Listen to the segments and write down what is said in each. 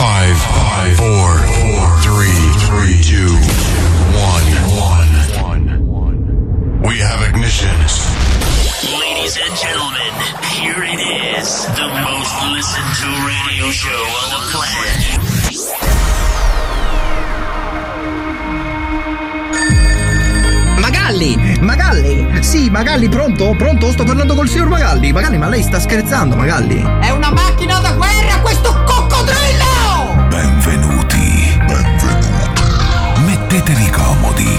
five, four, four, three, three, two, one, one. We have ignition. Ladies and gentlemen, here it is, the most listened to radio show on the planet. Magalli! Magalli! Sì, Magalli, pronto? Pronto? Sto parlando col signor Magalli! Magalli, ma lei sta scherzando, Magalli! È una macchina da guerra questo coccodrillo! Benvenuti. Mettetevi comodi.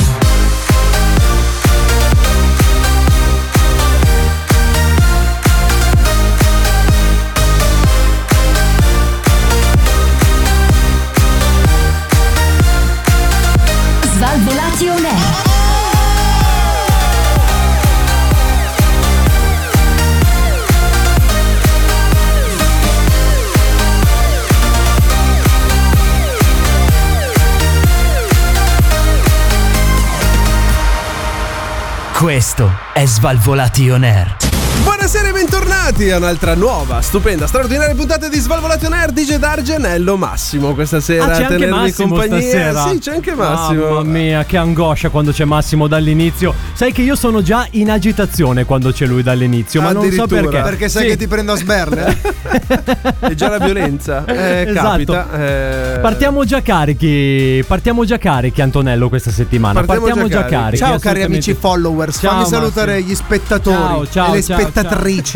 Svalvolati on air. Questo è Svalvolati On Air. Buonasera e bentornati a un'altra nuova, stupenda, straordinaria puntata di Svalvolati On Air DJ D'Argenello Massimo questa sera Ah, a c'è anche tenervi Massimo compagnia. stasera. Sì, c'è anche Massimo. Mamma mia, che angoscia quando c'è Massimo dall'inizio. Sai che io sono già in agitazione quando c'è lui dall'inizio, ma non so Addirittura. perché. Perché sai Sì, che ti prendo a sberle? È già la violenza. Eh, Esatto. capita. eh. Partiamo già carichi, partiamo già carichi Antonello questa settimana. Partiamo Partiamo, già già carichi. carichi. Ciao cari assolutamente. amici followers, Ciao, fammi Massimo. salutare gli spettatori Ciao, ciao, e le ciao, spettatrici.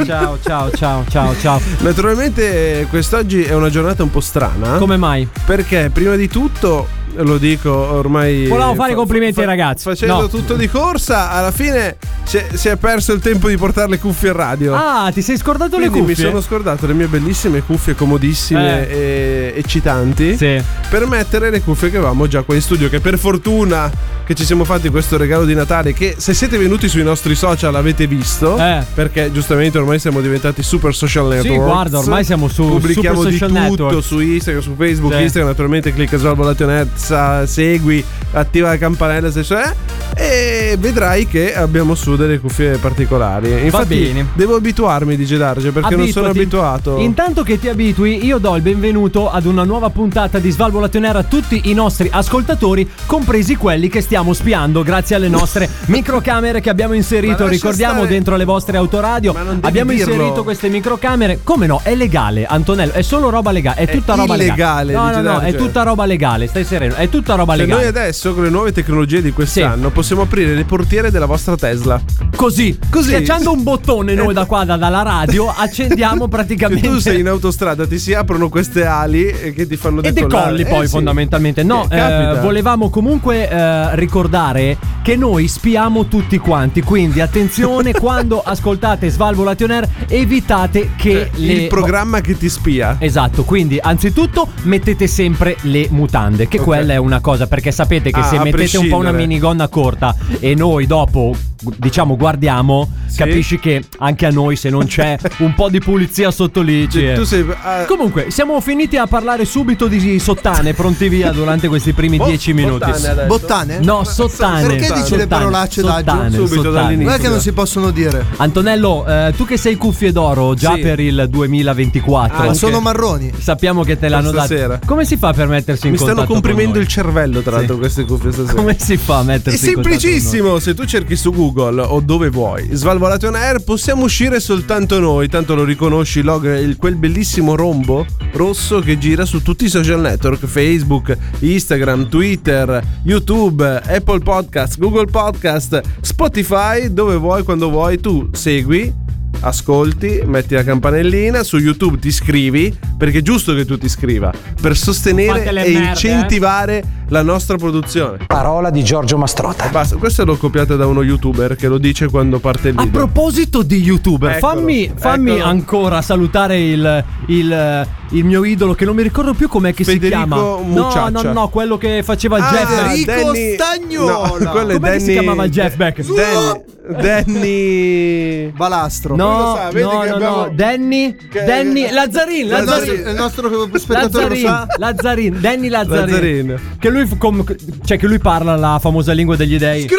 Ciao, ciao, ciao, ciao, ciao. Naturalmente eh, quest'oggi è una giornata un po' strana. Come mai? Perché prima di tutto, lo dico ormai... eh, Volevamo fare i complimenti ai ragazzi. Facendo No. tutto di corsa, alla fine si è, si è perso il tempo di portare le cuffie in radio. Ecco. Ah, ti sei scordato le Quindi cuffie? Eh. mi sono scordato le mie bellissime cuffie comodissime e eccitanti Sì. per mettere le cuffie che avevamo già qua in studio che per fortuna che ci siamo fatti questo regalo di Natale che se siete venuti sui nostri social l'avete visto Eh. perché giustamente ormai siamo diventati super social network guarda, ormai siamo su pubblichiamo super di social tutto network. su Instagram su Facebook Sì. Instagram naturalmente clicca sulla bolletinetta segui attiva la campanella se c'è e vedrai che abbiamo su delle cuffie particolari infatti bene. devo abituarmi di Gedarge perché non sono Abituati. abituato Cioè, Intanto che ti abitui, io do il benvenuto ad una nuova puntata di Svalvolationera a tutti i nostri ascoltatori, compresi quelli che stiamo spiando grazie alle nostre microcamere che abbiamo Ma inserito. lascia Ricordiamo stare- dentro le vostre autoradio. Ma non devi Abbiamo dirlo. inserito queste microcamere. Come no? È legale, Antonello. È solo roba legale. È tutta roba illegale, legale. No, dice no, no. Darge. È tutta roba legale. Stai sereno. È tutta roba Cioè, legale. noi adesso con le nuove tecnologie di quest'anno possiamo aprire le portiere della vostra Tesla. Così, Così. Schiacciando un bottone noi da qua, da- dalla radio, accendiamo Se praticamente. tu sei in autostrada, ti si aprono queste ali eh, che ti fanno E decollare. decolli Eh, poi sì. fondamentalmente. No, Eh, capita. eh, volevamo comunque eh, ricordare che noi spiamo tutti quanti, quindi attenzione quando ascoltate Svalvolation Air evitate che le Cioè, il programma che ti spia. Esatto, quindi anzitutto mettete sempre le mutande, che Ok. quella è una cosa, perché sapete che Ah, se a mettete un po' una prescindere. minigonna corta e noi dopo gu- diciamo guardiamo, Sì. capisci che anche a noi se non c'è un po' di pulizia sotto eh. lì. Cioè, c'è- tu sei. ah, Comunque, siamo finiti a parlare subito di sottane, pronti via durante questi primi bo- 10 minuti. bottane adesso. Bottane? No, sottane. Perché dici le sottane, parolacce, Daggio? sottane, Subito sottane. dall'inizio. Guarda che non si possono dire. Antonello, eh, tu che sei cuffie d'oro già Sì. per il 2024. Ma Anche. sono marroni. Sappiamo che te l'hanno dato. Stasera. Come si fa per mettersi in Mi stanno contatto con comprimendo noi? il cervello, tra l'altro, queste cuffie stasera. Come si fa a È mettersi in contatto con semplicissimo, se tu cerchi su Google o dove vuoi, Svalvolati on Air, possiamo uscire soltanto noi, tanto lo riconosci, log, il- quel bellissimo rombo rosso che gira su tutti i social network, Facebook, Instagram, Twitter, YouTube, Apple Podcast, Google Podcast, Spotify, dove vuoi, quando vuoi, tu segui. Ascolti, metti la campanellina, su YouTube ti iscrivi, perché è giusto che tu ti iscriva, per sostenere Fate e le merde, eh. incentivare la nostra produzione. Parola di Giorgio Mastrota. Basta, questo l'ho copiato da uno youtuber che lo dice quando parte il A video. proposito di youtuber, Eccolo, fammi, fammi eccolo. ancora salutare il, il- il mio idolo che non mi ricordo più com'è che Federico si chiama. Mucciaccia. No, no, no, quello che faceva Ah, Jeff. Beck. Federico Stagnola. No, quello è Com'è che Danny... si chiamava Jeff Beck? Danny... Danny... Balastro. No, lo sa, vedi no, che Ah, no, abbiamo- no, Danny, Danny, Lazzarin, Lazzarin, Lazzarin. il nostro spettatore lo Lazzarin, sa. Lazzarin, Danny Lazzarin, Lazzarin. Che lui fu- com- cioè che lui parla la famosa lingua degli dei.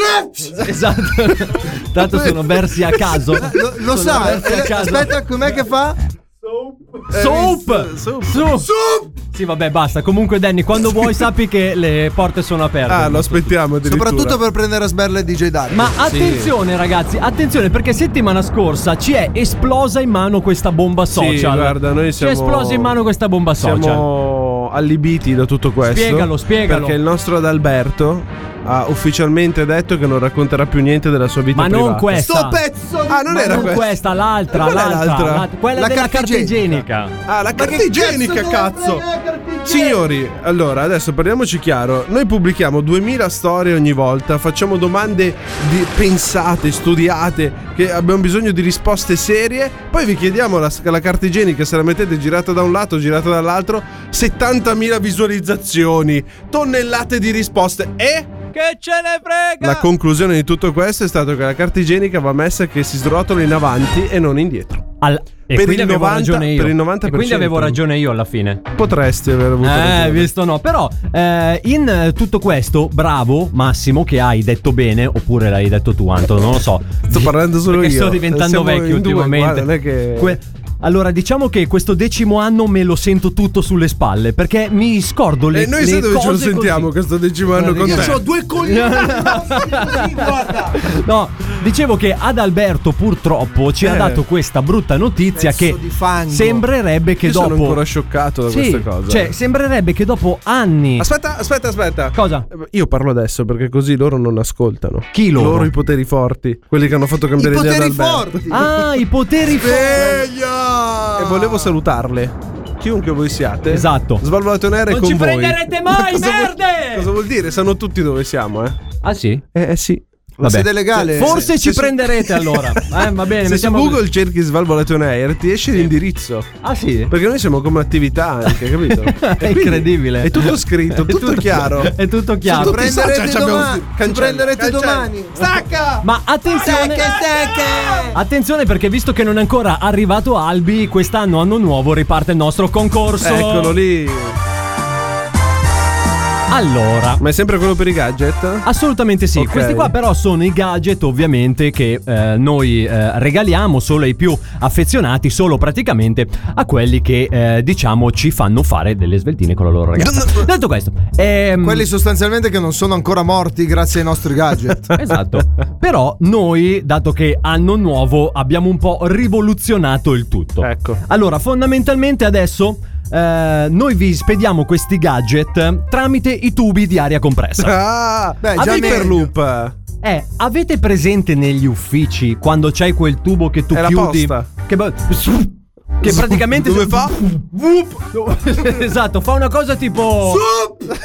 Esatto. Tanto sono versi a caso. Lo, lo Sono sa. versi a eh, caso. aspetta, com'è che fa? Eh, Soap! Soap! Sì, vabbè, basta. Comunque, Danny, quando vuoi sappi che le porte sono aperte. Ah, lo aspettiamo addirittura. Soprattutto per prendere a sberle DJ Dario. Ma attenzione, ragazzi, attenzione perché settimana scorsa ci è esplosa in mano questa bomba social. guarda, noi siamo- Ci è esplosa in mano questa bomba social. Siamo allibiti da tutto questo. Spiegalo, spiegalo. Perché il nostro Adalberto ha ufficialmente detto che non racconterà più niente della sua vita Ma non privata. questa. Sto pezzo di... Ah, non Ma era non questa. questa, l'altra, Qual è l'altra, l'altra? l'altra. quella La della carta carta, igienica. igienica. Ah, la carta igienica, cazzo! Signori, allora adesso parliamoci chiaro. Noi pubblichiamo 2000 storie ogni volta, facciamo domande di- pensate, studiate, che abbiamo bisogno di risposte serie. Poi vi chiediamo la, la carta igienica, se la mettete girata da un lato, girata dall'altro, 70.000 visualizzazioni, tonnellate di risposte e Che ce ne frega! la conclusione di tutto questo è stato che la carta igienica va messa che si srotola in avanti e non indietro. Al- e Per il quindi avevo 90 ragione io. per il 90%. E quindi avevo ragione io alla fine. Potresti aver avuto Eh, ragione. visto no. Però, eh, in eh, tutto questo, bravo Massimo, che hai detto bene, oppure l'hai detto tu, Anto, non lo so. Sto parlando solo Perché io. Sto diventando Siamo in vecchio due, ultimamente. guarda, non è che- Que- allora, diciamo che questo decimo anno me lo sento tutto sulle spalle perché mi scordo le, E Eh, noi le sai dove ce lo cose sentiamo così. questo decimo anno con Io te? ho due coglioni. guarda. No, dicevo che Adalberto purtroppo ci ha Eh. dato questa brutta notizia Pezzo che di fango. sembrerebbe che Io dopo sono ancora scioccato da Sì, questa cosa. eh. Cioè, sembrerebbe che dopo anni aspetta, aspetta, aspetta. Cosa? Eh, Io parlo adesso perché così loro non ascoltano. Chi loro? Loro i poteri forti, quelli che hanno fatto I cambiare idea ad poteri Alberto. forti. Ah, i poteri forti. E volevo salutarle. Chiunque voi siate. Esatto. Svalvolato nero è Non con ci voi. prenderete mai, Cosa vuol- merde! Cosa vuol dire? Sanno tutti dove siamo, eh? Ah sì? Eh, eh, sì. La sede legale. Forse Se- ci se- prenderete allora. Eh, va bene, Se su mettiamo- Google cerchi Svalvolato Air ti esce l'indirizzo. Ah sì? Perché noi siamo come attività anche, capito? È E quindi incredibile. È tutto scritto, È tutto, chiaro. È tutto chiaro. Cioè, Tutti i social Prenderete ci abbiamo- domani, cancella, prenderete cancella. domani. Stacca! Ma attenzione, attenzione perché visto che non è ancora arrivato Albi, quest'anno anno nuovo riparte il nostro concorso. Eccolo lì. Allora, Ma è sempre quello per i gadget? Assolutamente sì, Ok. questi qua però sono i gadget ovviamente che eh, noi eh, regaliamo solo ai più affezionati, solo praticamente a quelli che eh, diciamo ci fanno fare delle sveltine con la loro ragazza. Detto questo, ehm, Quelli sostanzialmente che non sono ancora morti grazie ai nostri gadget. Esatto. Però noi, dato che anno nuovo, abbiamo un po' rivoluzionato il tutto. Ecco. Allora, fondamentalmente adesso eh, noi vi spediamo questi gadget tramite i tubi di aria compressa. Ah, beh, già già per meglio. loop. Eh, avete presente negli uffici quando c'è quel tubo che tu È la chiudi? posta. Che be- che praticamente Dove fa? Vup. esatto, fa una cosa tipo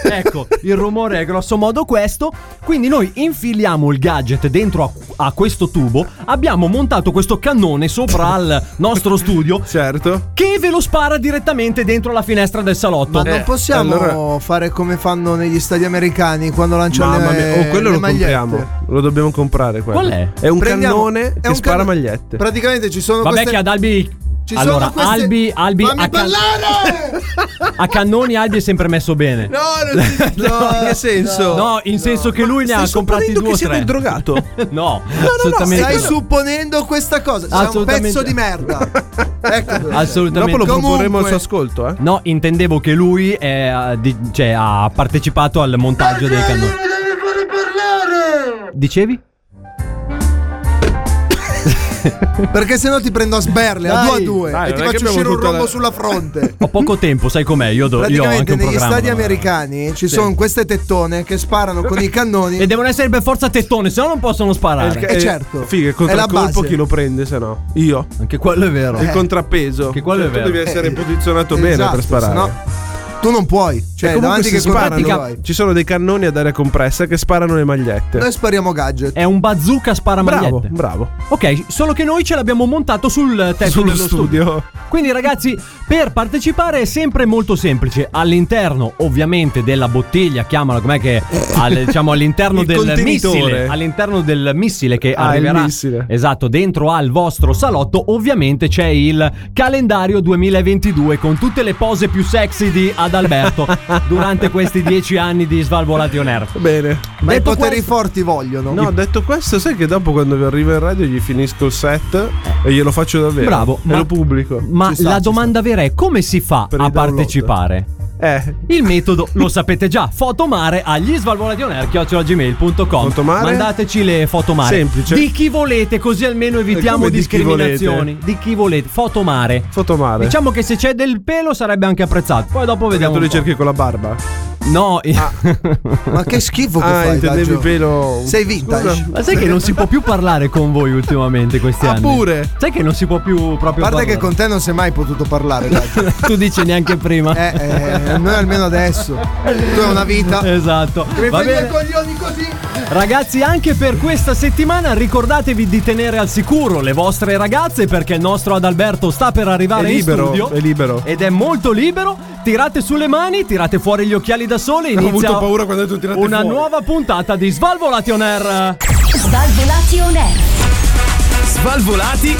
Ecco, il rumore è grosso modo questo, quindi noi infiliamo il gadget dentro a, a questo tubo, abbiamo montato questo cannone sopra al nostro studio Certo. che ve lo spara direttamente dentro la finestra del salotto. Eh, Ma non possiamo Eh, allora- fare come fanno negli stadi americani quando lanciano Mamma le, mia, oh, quello le lo magliette. compriamo. Lo dobbiamo comprare quello. Qual è? È un Prendiamo- cannone è che un spara canno- magliette. Praticamente ci sono Vabbè queste che ad Albi ci sono Allora, queste- Albi, Albi Fammi a, can- parlare! a cannoni Albi è sempre messo bene. No, non si- no, in che senso? No, in senso che lui ne Stai ha comprati supponendo due o che siete tre. il drogato. no, No, no, assolutamente. stai no. supponendo questa cosa. Sei un Assolutamente. pezzo di merda. Ecco cos'è. Assolutamente. Dopo lo proporremo al Comunque- suo ascolto, eh. No, intendevo che lui è, eh, di- cioè, ha partecipato al montaggio dei cannoni. Dicevi? Perché sennò ti prendo a sberle a due a Dai. due Dai, e ti non è faccio che abbiamo uscire un tutta rombo la- sulla fronte. Ho poco tempo, sai com'è? Io, do- io ho anche Praticamente un negli programma. stadi da- americani ci sono queste tettone che sparano con i cannoni. E devono essere per forza tettone, se no non possono sparare. Eh, certo. Figa, È la contro colpo base. chi lo prende, se no? Io. Anche quello è vero. Il contrappeso. Cioè, Che quello è Tu vero. devi essere Eh, posizionato Esatto, bene per sparare. sennò Tu non puoi. Cioè, davanti davanti che che sparano, contratti che hai. ci sono dei cannoni ad aria compressa che sparano le magliette. Noi spariamo gadget. È un bazooka Bravo, sparamagliette. bravo. Ok, solo che noi ce l'abbiamo montato sul tetto Sullo dello studio. Quindi ragazzi, per partecipare è sempre molto semplice. All'interno, ovviamente, della bottiglia, chiamala com'è che al- diciamo all'interno Il del contenitore. missile, all'interno del missile che Ah, il arriverà missile. Esatto, dentro al vostro salotto ovviamente c'è il calendario 2022 con tutte le pose più sexy di Adalberto durante questi dieci anni di Svalvolati on Air. Bene. Ma i Detto poteri questo- forti vogliono. No, detto questo, sai che dopo quando arrivo in radio gli finisco il set e glielo faccio davvero. Bravo, e lo pubblico. Ma Ci sta, la ci domanda vera è come si fa Per a il download. partecipare? sta. Eh, Il metodo lo sapete già, fotomare agli svalvolationair.gmail.com Fotomare? Mandateci le fotomare Semplice. Di chi volete così almeno evitiamo come di chi discriminazioni Di chi volete, fotomare fotomare. Diciamo che se c'è del pelo sarebbe anche apprezzato Poi dopo vediamo tu un li Ah. po'. cerchi con la barba. No, eh, Ma che schifo che Ah, fai, intendevi Daggio. pelo. Sei vintage. Scusa. ma sai che non si può più parlare con voi ultimamente questi Ah, anni pure? Sai che non si può più proprio A parte parlare che con te non si è mai potuto parlare, Daggio. Tu dici neanche prima Eh, eh, noi almeno adesso. Tu hai una vita. Esatto Va bene coglioni così. Ragazzi, anche per questa settimana ricordatevi di tenere al sicuro le vostre ragazze perché il nostro Adalberto sta per arrivare È libero, in studio. è libero. Ed è molto libero. Tirate sulle mani, tirate fuori gli occhiali da sole. Inizia avuto paura quando hai detto tirate una fuori. nuova puntata di Svalvolation Air. Svalvolati on air. Svalvolati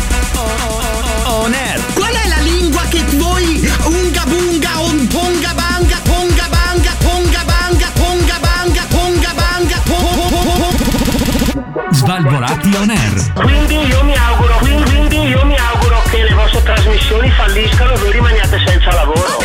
on air. Qual è la lingua che voi unga bunga on ponga banga ponga banga ponga banga ponga banga ponga banga po- po- po- po- po- Svalvolati on air. Quindi io mi auguro, quindi, quindi io mi auguro che le vostre trasmissioni falliscano e voi rimaniate senza lavoro.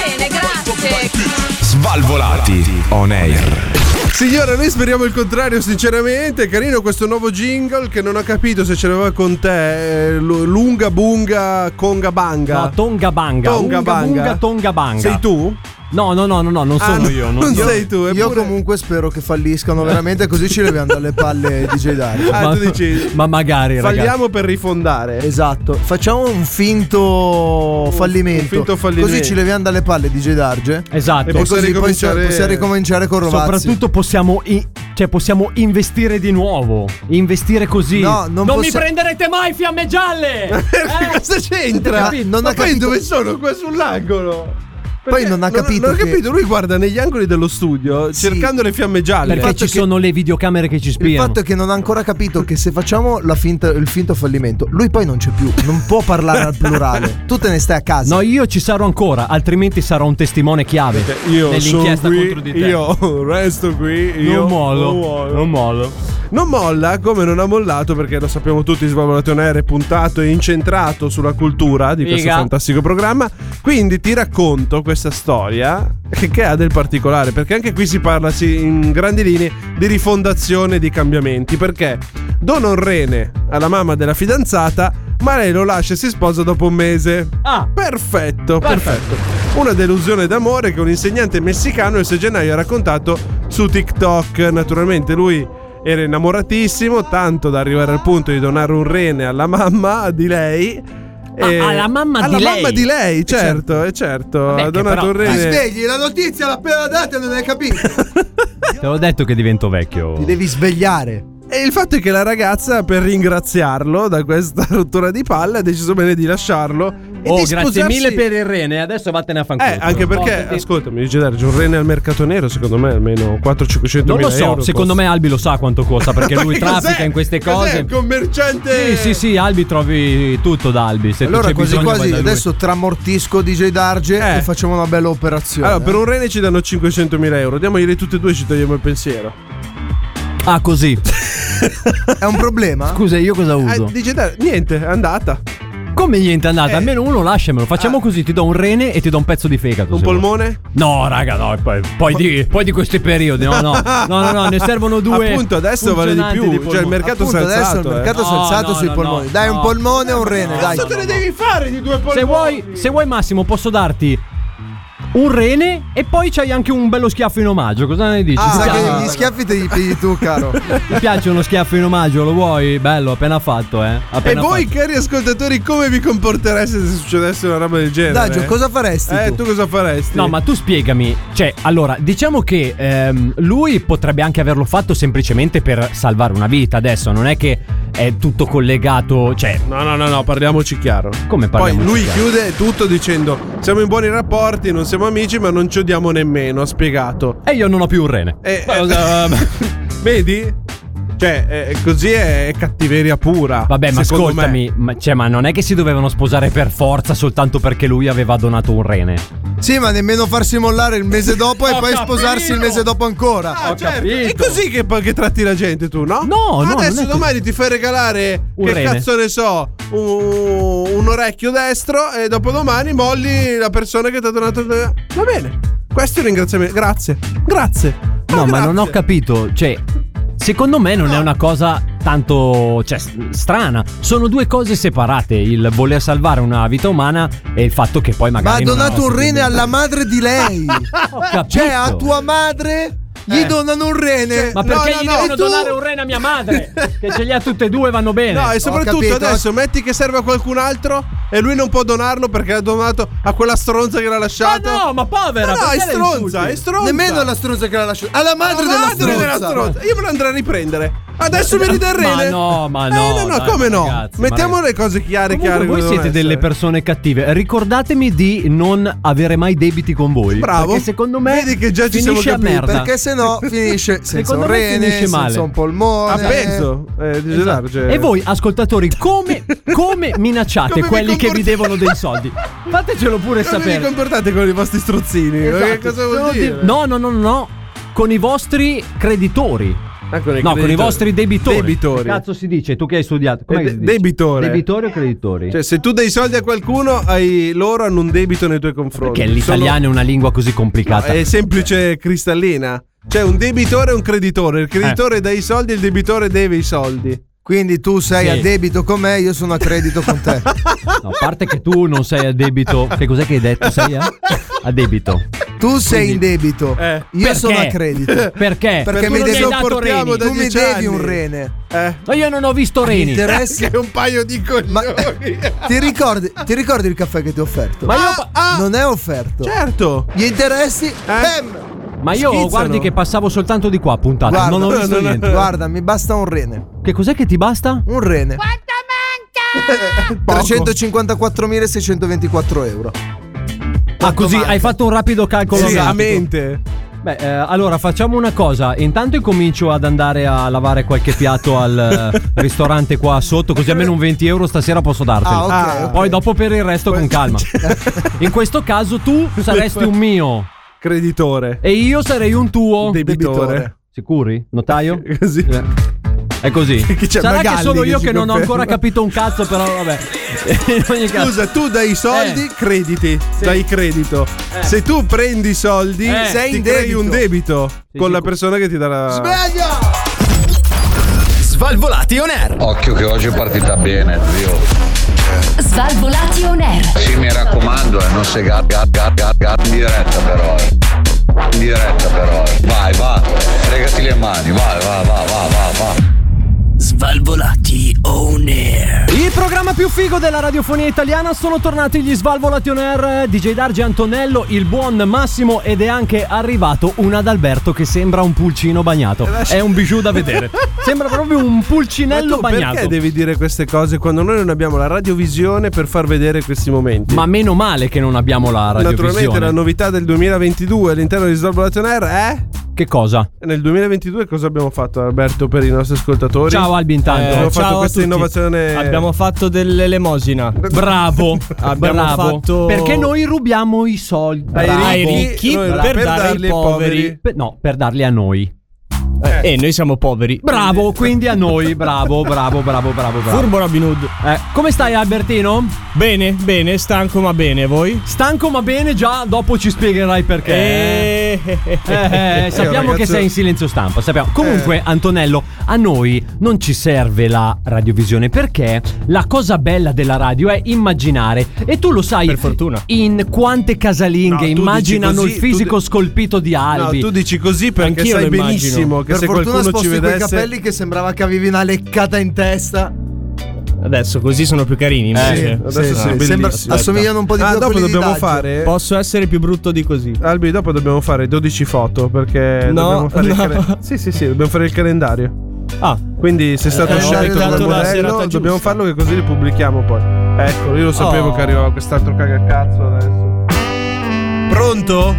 Svalvolati on air. Signora, noi speriamo il contrario, sinceramente. Carino questo nuovo jingle che non ho capito se ce l'aveva con te. eh, lu- Lunga bunga conga banga. No, Tonga Banga. Tonga Unga Banga. bunga, Tonga Banga. Sei tu? No, no, no, no, no, non sono Ah, no, io. Non non io. sei tu. Io eppure- comunque spero che falliscano veramente, così ci leviamo dalle palle DJ Dario. Ah, tu dici. Ma magari, Falliamo ragazzi. per rifondare. Esatto, facciamo un finto fallimento. un finto fallimento. Così ci leviamo dalle palle DJ Darge. Esatto. E poi- Possiamo Così poi ricominciare- sa- possiamo ricominciare con Rovazzi. Soprattutto possiamo, i- cioè possiamo investire di nuovo. Investire così. No, non mi possi- prenderete mai fiamme gialle! Eh? Perché cosa c'entra? Capito, non Ma ha poi capito. dove sono? Qua sull'angolo. Poi Perché non ha capito Non, ha che- capito. Lui guarda negli angoli dello studio Sì. cercando le fiamme gialle. Perché Infatti ci sono le videocamere che ci Il spiano. fatto è che non ha ancora capito che se facciamo la finta- il finto fallimento, lui poi non c'è più, non può parlare al plurale. Tu te ne stai a casa. No, io ci sarò ancora, altrimenti sarò un testimone chiave Io sono nell'inchiesta contro di qui, te. io resto qui, io non mollo, non muoio. non mollo. Non molla come non ha mollato perché lo sappiamo tutti Svalvolaton Air è puntato e incentrato sulla cultura di questo Figa. fantastico programma quindi ti racconto questa storia che, che ha del particolare perché anche qui si parla sì, in grandi linee di rifondazione e di cambiamenti perché dona un rene alla mamma della fidanzata ma lei lo lascia e si sposa dopo un mese Ah. perfetto, perfetto. Una delusione d'amore che un insegnante messicano il 6 gennaio ha raccontato su TikTok. Naturalmente lui era innamoratissimo, tanto da arrivare al punto di donare un rene alla mamma di lei. E- Ah, alla mamma di Alla lei? mamma di lei, certo, eh, certo. Vabbè, ha che donato però- un Ti rene. svegli, la notizia l'ha appena data e non hai capito. Te l'ho detto che divento vecchio. Ti devi svegliare. E il fatto è che la ragazza, per ringraziarlo da questa rottura di palle, ha deciso bene di lasciarlo. e Oh, di grazie sposarsi- mille per il rene, adesso vattene a fanculo. Eh, anche perché, Portati- ascoltami, dice Dario, un rene al mercato nero, secondo me, almeno 400-500 Non lo mila so, euro secondo costa. me Albi lo sa quanto costa perché Ma lui che traffica cos'è? in queste Cos'è cose. un commerciante? Sì, sì, sì, Albi trovi tutto da Albi. Se tu Allora c'è quasi bisogno, vai quasi da lui. adesso tramortisco DJ Darge Eh. e facciamo una bella operazione. eh. Allora, per un rene ci danno 500.000 euro. Diamoglieli tutti e due e ci togliamo il pensiero. Ah, così. È un problema? Scusa, io cosa Eh, uso? dice Dario, niente, è andata. Come niente, andate, Eh. almeno uno lasciamelo. Ah. Facciamo così, ti do un rene e ti do un pezzo di fegato. Un se vuoi. polmone? No, raga, no, e poi, poi di, poi di questi periodi, no, no, no, no, no, ne servono due. Appunto, adesso vale di funzionanti più. cioè, il polmone. mercato si Appunto, è adesso alzato. eh. il mercato si è No, alzato no, sui no, polmoni. no, dai, no. un polmone e un rene, dai. Cazzo te ne devi fare di due polmoni? Se vuoi, se vuoi Massimo, posso darti un rene e poi c'hai anche un bello schiaffo in omaggio. Cosa ne dici? Ah, Ti sa piace? che gli schiaffi te li pigli tu, caro. Ti piace uno schiaffo in omaggio? Lo vuoi? Bello, appena fatto, eh. E Appena voi, fatto. cari ascoltatori, come vi comportereste se succedesse una roba del genere? Daggio, cosa faresti? Eh, tu? tu cosa faresti? No, ma tu spiegami. Cioè, allora, diciamo che ehm, lui potrebbe anche averlo fatto semplicemente per salvare una vita adesso. Non è che è tutto collegato. Cioè, No, no, no, no, parliamoci chiaro. come Poi parliamo? lui chiude tutto dicendo: Siamo in buoni rapporti, non siamo amici, ma non ci odiamo nemmeno. Ha spiegato. E io non ho più un rene. Eh, Ma eh, cosa- Vedi? Cioè, eh, così è cattiveria pura. Vabbè, ma secondo ascoltami, ma, cioè, ma non è che si dovevano sposare per forza soltanto perché lui aveva donato un rene. Sì, ma nemmeno farsi mollare il mese dopo e poi sposarsi il mese dopo ancora. Ah, certo. capito. È così che, che tratti la gente tu, no? No, no, non Adesso è domani ti fai regalare, Un che rene. cazzo ne so, un, un orecchio destro e dopodomani molli la persona che ti ha donato. Va bene, questo è un ringraziamento. Grazie, grazie. No, ma grazie. non ho capito. Cioè, secondo me non è una cosa tanto cioè, s- strana. Sono due cose separate: il voler salvare una vita umana e il fatto che poi Ma ha magari. non donato hanno un rene sopravvissuto. alla madre di lei. Ho capito. Cioè, a tua madre gli Eh. donano un rene. Ma perché gli devono E tu? donare un rene a mia madre? che ce li ha tutte e due vanno bene. No, e soprattutto capito. adesso metti che serve a qualcun altro e lui non può donarlo perché l'ha donato a quella stronza che l'ha ma lasciato. no, ma Ma povera! no, è perché la stronza, insulti? è stronza. Nemmeno alla stronza che l'ha lasciata. Alla madre, Alla madre della, della stronza. stronza. Io me lo andrò a riprendere. Adesso mi ride il Ma rene. no, ma no, Eh, no, no, dai, come no? ragazzi, ma Mettiamo ragazzi. le cose chiare, Comunque chiare. voi come siete devono delle essere. persone cattive. Ricordatemi di non avere mai debiti con voi. Bravo. Perché secondo me Vedi che già ci siamo Ah, finisce a capiti. merda. Perché se no finisce senza Secondo un me rene, finisce senza male. un polmone. A pezzo. Ah, Eh, di Gennaro, cioè- Esatto. E voi, ascoltatori, come, come minacciate Come vi quelli che vi comportate? devono dei soldi? Fatecelo pure Come vi sapere. comportate con i vostri strozzini? Eh, Che cosa vuol Sono di- dire? Esatto. No, no, no, no, no. Con i vostri creditori. Ah, con i No, con i creditori. vostri debitori. Debitori. Che cazzo si dice? Tu che hai studiato? Com'è Eh, che si de- dice? debitore. Debitori o creditori? Cioè, se tu dai soldi a qualcuno, hai- loro hanno un debito nei tuoi confronti. Perché l'italiano è una lingua così Sono- complicata. è semplice cristallina. Cioè, un debitore e un creditore. Il Eh. creditore dà i soldi, il debitore deve i soldi. Quindi tu sei Sì. a debito con me, io sono a credito con te. No, a parte che tu non sei a debito. Che cos'è che hai detto? Sei a, a debito. Tu sei in debito, Eh. io sono a credito. Perché? Perché Tu mi non devi- mi hai dato sopportiamo Reni. da tu mi dieci devi anni. un rene. Eh. Ma io non ho visto Reni. Interessi. Che un paio di coglioni. Ma ti ricordi, ti ricordi il caffè che ti ho offerto? Ah! Ma Ah! io, non è offerto. Certo. Gli interessi? Eh? Ehm, ma io schizzano. guardi che passavo soltanto di qua puntata. Guarda, non ho visto niente. Eh, guarda, mi basta un rene. Che cos'è che ti basta? Un rene. Poco. 354.624 euro. Ah, così manca? hai fatto un rapido calcolo. Sì, a grafico. mente. Beh, eh, allora facciamo una cosa. Intanto comincio ad andare a lavare qualche piatto al eh, ristorante qua sotto, così almeno un 20 euro stasera posso darteli. Ah, ok, ok. Poi dopo per il resto con calma. In questo caso tu saresti un mio Creditore. e io sarei un tuo. Debitore. Sicuri? Notaio? Eh. Così. È così. Chi c'è? Sarà che Magalli sono che io ci che non ho conferma. ancora capito un cazzo, però vabbè. In ogni caso. Scusa, tu dai i soldi, Eh. crediti, dai credito. Se tu prendi i soldi, Eh. sei Ti in crei debito. un debito con la dico- persona che ti dà la Svalvolati on air. Occhio che oggi è partita bene, zio. Svalvolati on air. Sì, mi raccomando, eh, non sei gat, gat, gat, gat, gat. In diretta però. eh. In diretta però. eh. Vai, va. Fregati le mani, vai, va, va, va, va, va. Svalvolati on air. Il programma più figo della radiofonia italiana sono tornati gli Svalvolati on Air, DJ Dargi Antonello, il buon Massimo ed è anche arrivato un Adalberto che sembra un pulcino bagnato. È un bijou da vedere. Sembra proprio un Eh, Ma pulcinello tu bagnato. perché devi dire queste cose quando noi non abbiamo la radiovisione per far vedere questi momenti? Ma meno male che non abbiamo la Naturalmente la radiovisione. novità del 2022 all'interno di Svalvolation Air è... Che cosa? Nel 2022 cosa abbiamo fatto Alberto per i nostri ascoltatori? Ciao Albi intanto. Eh, abbiamo fatto questa innovazione... fatto dell'elemosina. Bravo. Abbiamo bravo. fatto- Perché noi rubiamo i soldi Ai Bravo. ricchi, noi- per, darli ai poveri. Pe- No, per darli a noi. Eh, E noi siamo poveri. Bravo, quindi a noi, bravo, bravo, bravo, bravo, bravo. Furbo Robin Hood. Eh, come stai Albertino? Bene, bene, stanco ma bene, voi? Stanco ma bene, già dopo ci spiegherai perché. Eh, eh, eh, sappiamo ragazzo- che sei in silenzio stampa, sappiamo. Comunque, Antonello, a noi non ci serve la radiovisione perché la cosa bella della radio è immaginare. E tu lo sai, per fortuna, in quante No, tu casalinghe dici immaginano così, tu il fisico di- scolpito di Albi. tu dici così perché Anch'io sai lo immagino. benissimo che per se fortuna qualcuno ci sposti quei vedesse capelli che sembrava che avevi una leccata in testa. Adesso così sono più carini invece. adesso sì, Ah, bellissimo. sembra- aspetta. assomigliano un po' di Ah, più a dopo quelli di dobbiamo Daggio. fare Posso essere più brutto di così. Albi, dopo dobbiamo fare 12 foto perché No, dobbiamo fare il no. calendario. Sì, sì, sì, dobbiamo fare il calendario. Ah. Quindi se è stato Eh, scelto ho dato come la serata modello, giusta. dobbiamo farlo che così li pubblichiamo poi. Ecco, io lo sapevo Oh. che arrivava quest'altro cagacazzo adesso. Pronto?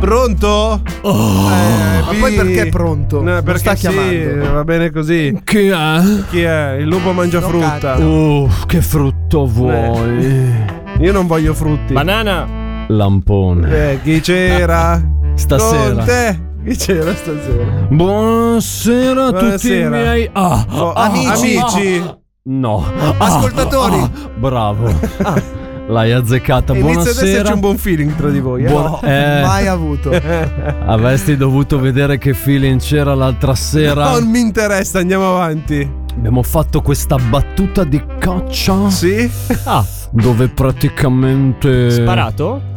Pronto? Oh. Eh, Ma poi perché è pronto? No, Lo perché sta sì, chiamando. va bene così. Chi è? Chi è? Il lupo mangia frutta. Uff, che frutto vuoi? Io non voglio frutti. Banana. Lampone. Eh, chi c'era? Stasera. Con te? Chi c'era stasera? Buonasera a tutti i Buonasera. miei ah, Oh, ah, amici. Ah. ah, ah. No, Ah. ascoltatori. bravo. Ah, L'hai azzeccata. Inizia ad esserci Buonasera. un buon feeling tra di voi. eh? Buon- eh, Mai avuto. avresti dovuto vedere che feeling c'era l'altra sera. Non mi interessa, andiamo avanti. Abbiamo fatto questa battuta di caccia Sì? Ah, dove praticamente sparato?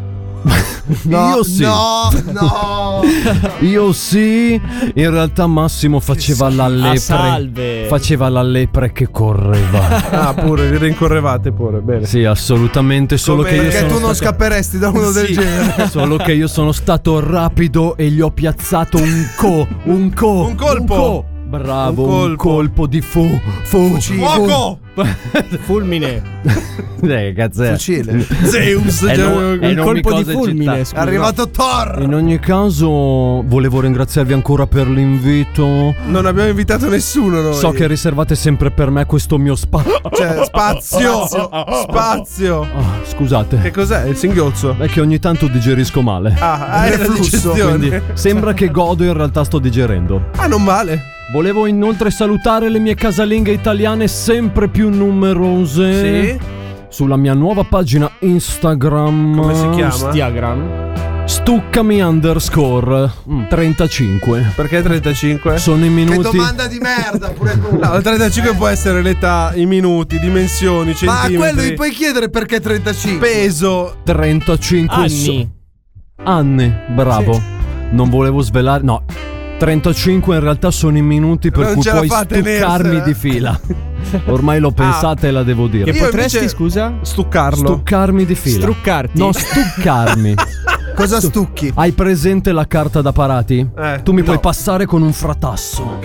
io sì. No, no. Io sì, in realtà Massimo faceva la lepre. salve. Faceva la lepre che correva. Ah, pure, vi rincorrevate pure, bene. sì, assolutamente, solo Come- che io perché sono tu non stato- scapperesti da uno del Sì, genere. Solo che io sono stato rapido e gli ho piazzato un co, un co, Un colpo. co. Bravo, Un un colpo. colpo. di fu, fu, Fuoco! Fulmine. Eh, cazzo. Fucile. Zeus! È cioè, lo- è Un non mi colpo di cosa fulmine. eccitante. È scusa. arrivato Thor. In ogni caso, volevo ringraziarvi ancora per l'invito. Non abbiamo invitato nessuno noi. So che riservate sempre per me questo mio spa. Cioè, spazio! spazio! Ah, Che scusate, cos'è? Il singhiozzo? è che ogni tanto digerisco male. Ah, ah, è la digestione. Quindi sembra che godo, in realtà sto digerendo. Ah, non male. Volevo inoltre salutare le mie casalinghe italiane sempre più numerose. Eh, Sulla mia nuova pagina Instagram. Come si chiama? Diagram. Stuccami underscore 35. Perché 35? Sono i Che minuti. domanda di merda pure tu. No, il 35 può essere l'età, i minuti, dimensioni, Ma a centimetri. quello gli puoi chiedere perché 35. peso. 35 Anni. Anni, bravo. Non volevo svelare. No. 35 in realtà sono i minuti per Non cui ce la puoi fa a stuccarmi tenersela. di fila. Ormai l'ho pensata e la devo dire. Che Io potresti, invece- scusa? Stuccarlo. Stuccarmi di fila. Struccarti? No, stuccarmi. Cosa stucchi? Hai presente la carta da parati? Eh, tu mi no. puoi passare con un fratasso.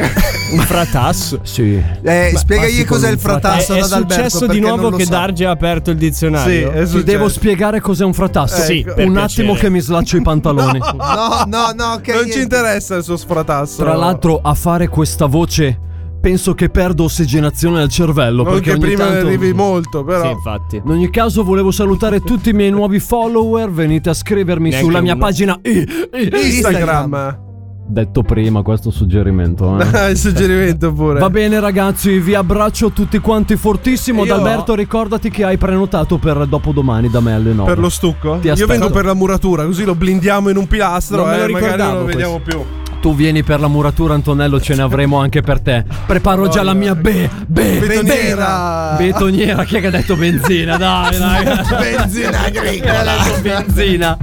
Un fratasso. sì. Eh, spiegagli passi con cos'è un Eh, il È, fratasso è ad Alberto. successo di perché nuovo non lo che sa. Darge ha aperto il Sì, dizionario. è Ti successo. devo spiegare cos'è un fratasso. Sì, per Un piacere. attimo che mi slaccio i pantaloni. No, no, no, che Non ci interessa il suo sfratasso. Tra l'altro, a fare questa voce penso che perdo ossigenazione al cervello. non perché che ogni prima ne tanto- arrivi molto, però. Sì, infatti. In ogni caso, volevo salutare tutti i miei nuovi follower. Venite a scrivermi Neanche sulla mia uno. pagina. I- I- Instagram. Detto prima, questo suggerimento. eh. il suggerimento pure. Va bene ragazzi, vi abbraccio tutti quanti fortissimo. Io- D'Alberto, ricordati che hai prenotato per dopodomani da me alle 9. Per lo stucco? Ti Io aspetto. vengo per la muratura, così lo blindiamo in un pilastro Non me lo e magari non ricordavo lo vediamo Tu vieni per la muratura, Antonello, ce ne avremo anche per te. Preparo già la mia be, be, Betoniera. be- betoniera. Chi è che ha detto benzina? Dai, dai. Benzina agricola. Benzina.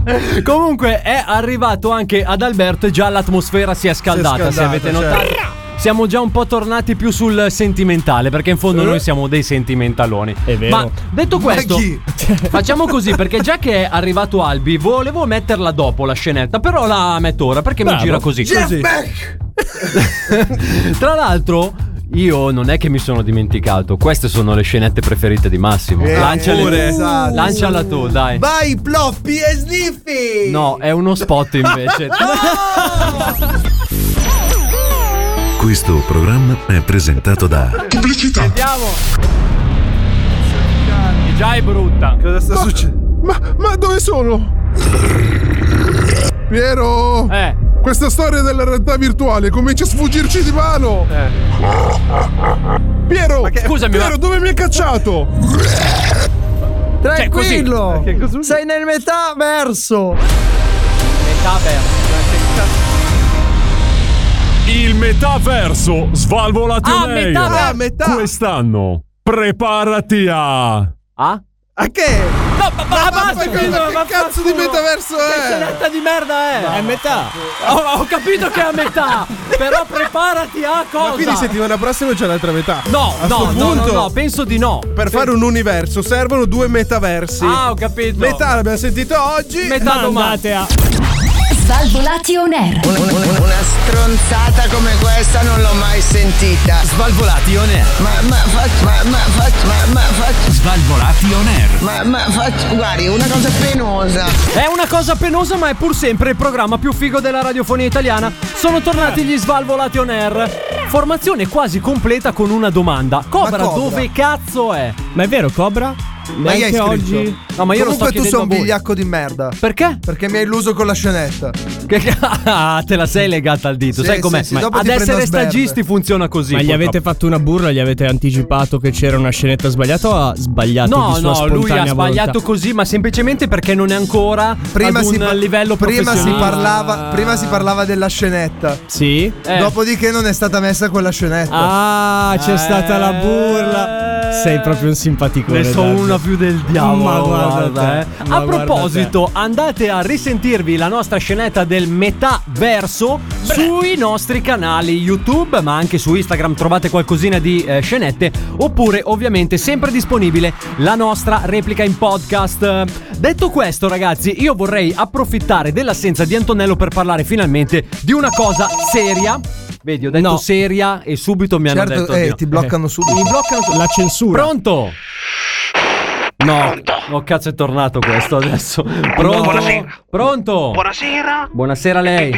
Comunque è arrivato anche ad Alberto e già l'atmosfera si è scaldata, se scaldata, avete certo. notato. Siamo già un po' tornati più sul sentimentale, perché in fondo noi siamo dei sentimentaloni. È vero. Ma detto questo, chi? facciamo così, perché già che è arrivato Albi, volevo metterla dopo la scenetta, però la metto ora perché mi Bravo. gira così. Jeff Così. Beck. Tra l'altro, io non è che mi sono dimenticato. Queste sono le scenette preferite di Massimo. Eh, Lanciale- pure. Esatto. Lanciala tu, dai. Vai, ploppi e sniffi. No, è uno spot invece. Ah! Questo programma è presentato da Pubblicità. Andiamo. Che Già è brutta. più. Cosa sta succedendo? Ma, ma dove sono? Piero! Eh. Questa storia della realtà virtuale comincia a sfuggirci di mano. Eh. Piero, scusami, Piero, ma- dove mi hai cacciato? Cioè, Tranquillo, sei nel metaverso. Il metaverso svalvolati Ah, on air. metà- ah, Quest'anno preparati a Ah? A che? No, ma, Ah, ma- basta, ma- ma Guido, che vaffanculo. cazzo di metaverso Che è? scenetta di merda è? È metà. Ho, ho capito che è a metà, però preparati a cosa? Ma quindi settimana prossima c'è l'altra metà. No, a no, sto no, punto, no, no, penso di no. Per fare un universo servono due metaversi. Ah, ho capito. Metà l'abbiamo sentito oggi. Metà domani. Svalvolati on air. Una stronzata come questa non l'ho mai sentita. Svalvolati on air. Ma ma fac- ma ma fac- ma ma fac- Svalvolati on air. ma ma fac- guardi, una cosa penosa. È una cosa penosa, ma è pur sempre il programma più figo della radiofonia italiana. Sono tornati gli Svalvolati on air. Formazione quasi completa con una domanda. Cobra, Cobra? dove cazzo è? Ma è vero, Cobra? Ma Neanche io hai scritto. oggi? No, ma io lo sto Comunque tu chiedendo sei a un voi. bigliacco di merda. Perché? Perché mi hai illuso con la scenetta. Che ah, te la sei legata al dito, Sì, sai com'è? sì, sì, dopo Ad ti prendo essere a sberle. stagisti funziona così. Ma gli purtroppo. avete fatto una burla, gli avete anticipato che c'era una scenetta sbagliata o ha sbagliato No, di sua no, lui ha spontanea sbagliato volontà? così, ma semplicemente perché non è ancora Prima ad si un par- livello prima si professionale. parlava prima si parlava della scenetta. Sì. Eh. Dopodiché non è stata messa quella scenetta. Ah, c'è stata la burla. Sei proprio un simpaticone. Ne so Dario. una più del diavolo. Ma guarda te. eh. Ma a guarda proposito, andate a risentirvi la nostra scenetta del metaverso sui nostri canali YouTube, ma anche su Instagram trovate qualcosina di eh, scenette. Oppure, ovviamente, sempre disponibile la nostra replica in podcast. Detto questo, ragazzi, io vorrei approfittare dell'assenza di Antonello per parlare finalmente di una cosa seria. Vedi, ho detto seria e subito mi hanno Certo, detto. eh, addio. ti bloccano subito. Mi bloccano subito. La censura. Pronto? No, no, cazzo, è tornato questo adesso. Pronto? Buonasera. Eh, Pronto? Buonasera. Buonasera a lei.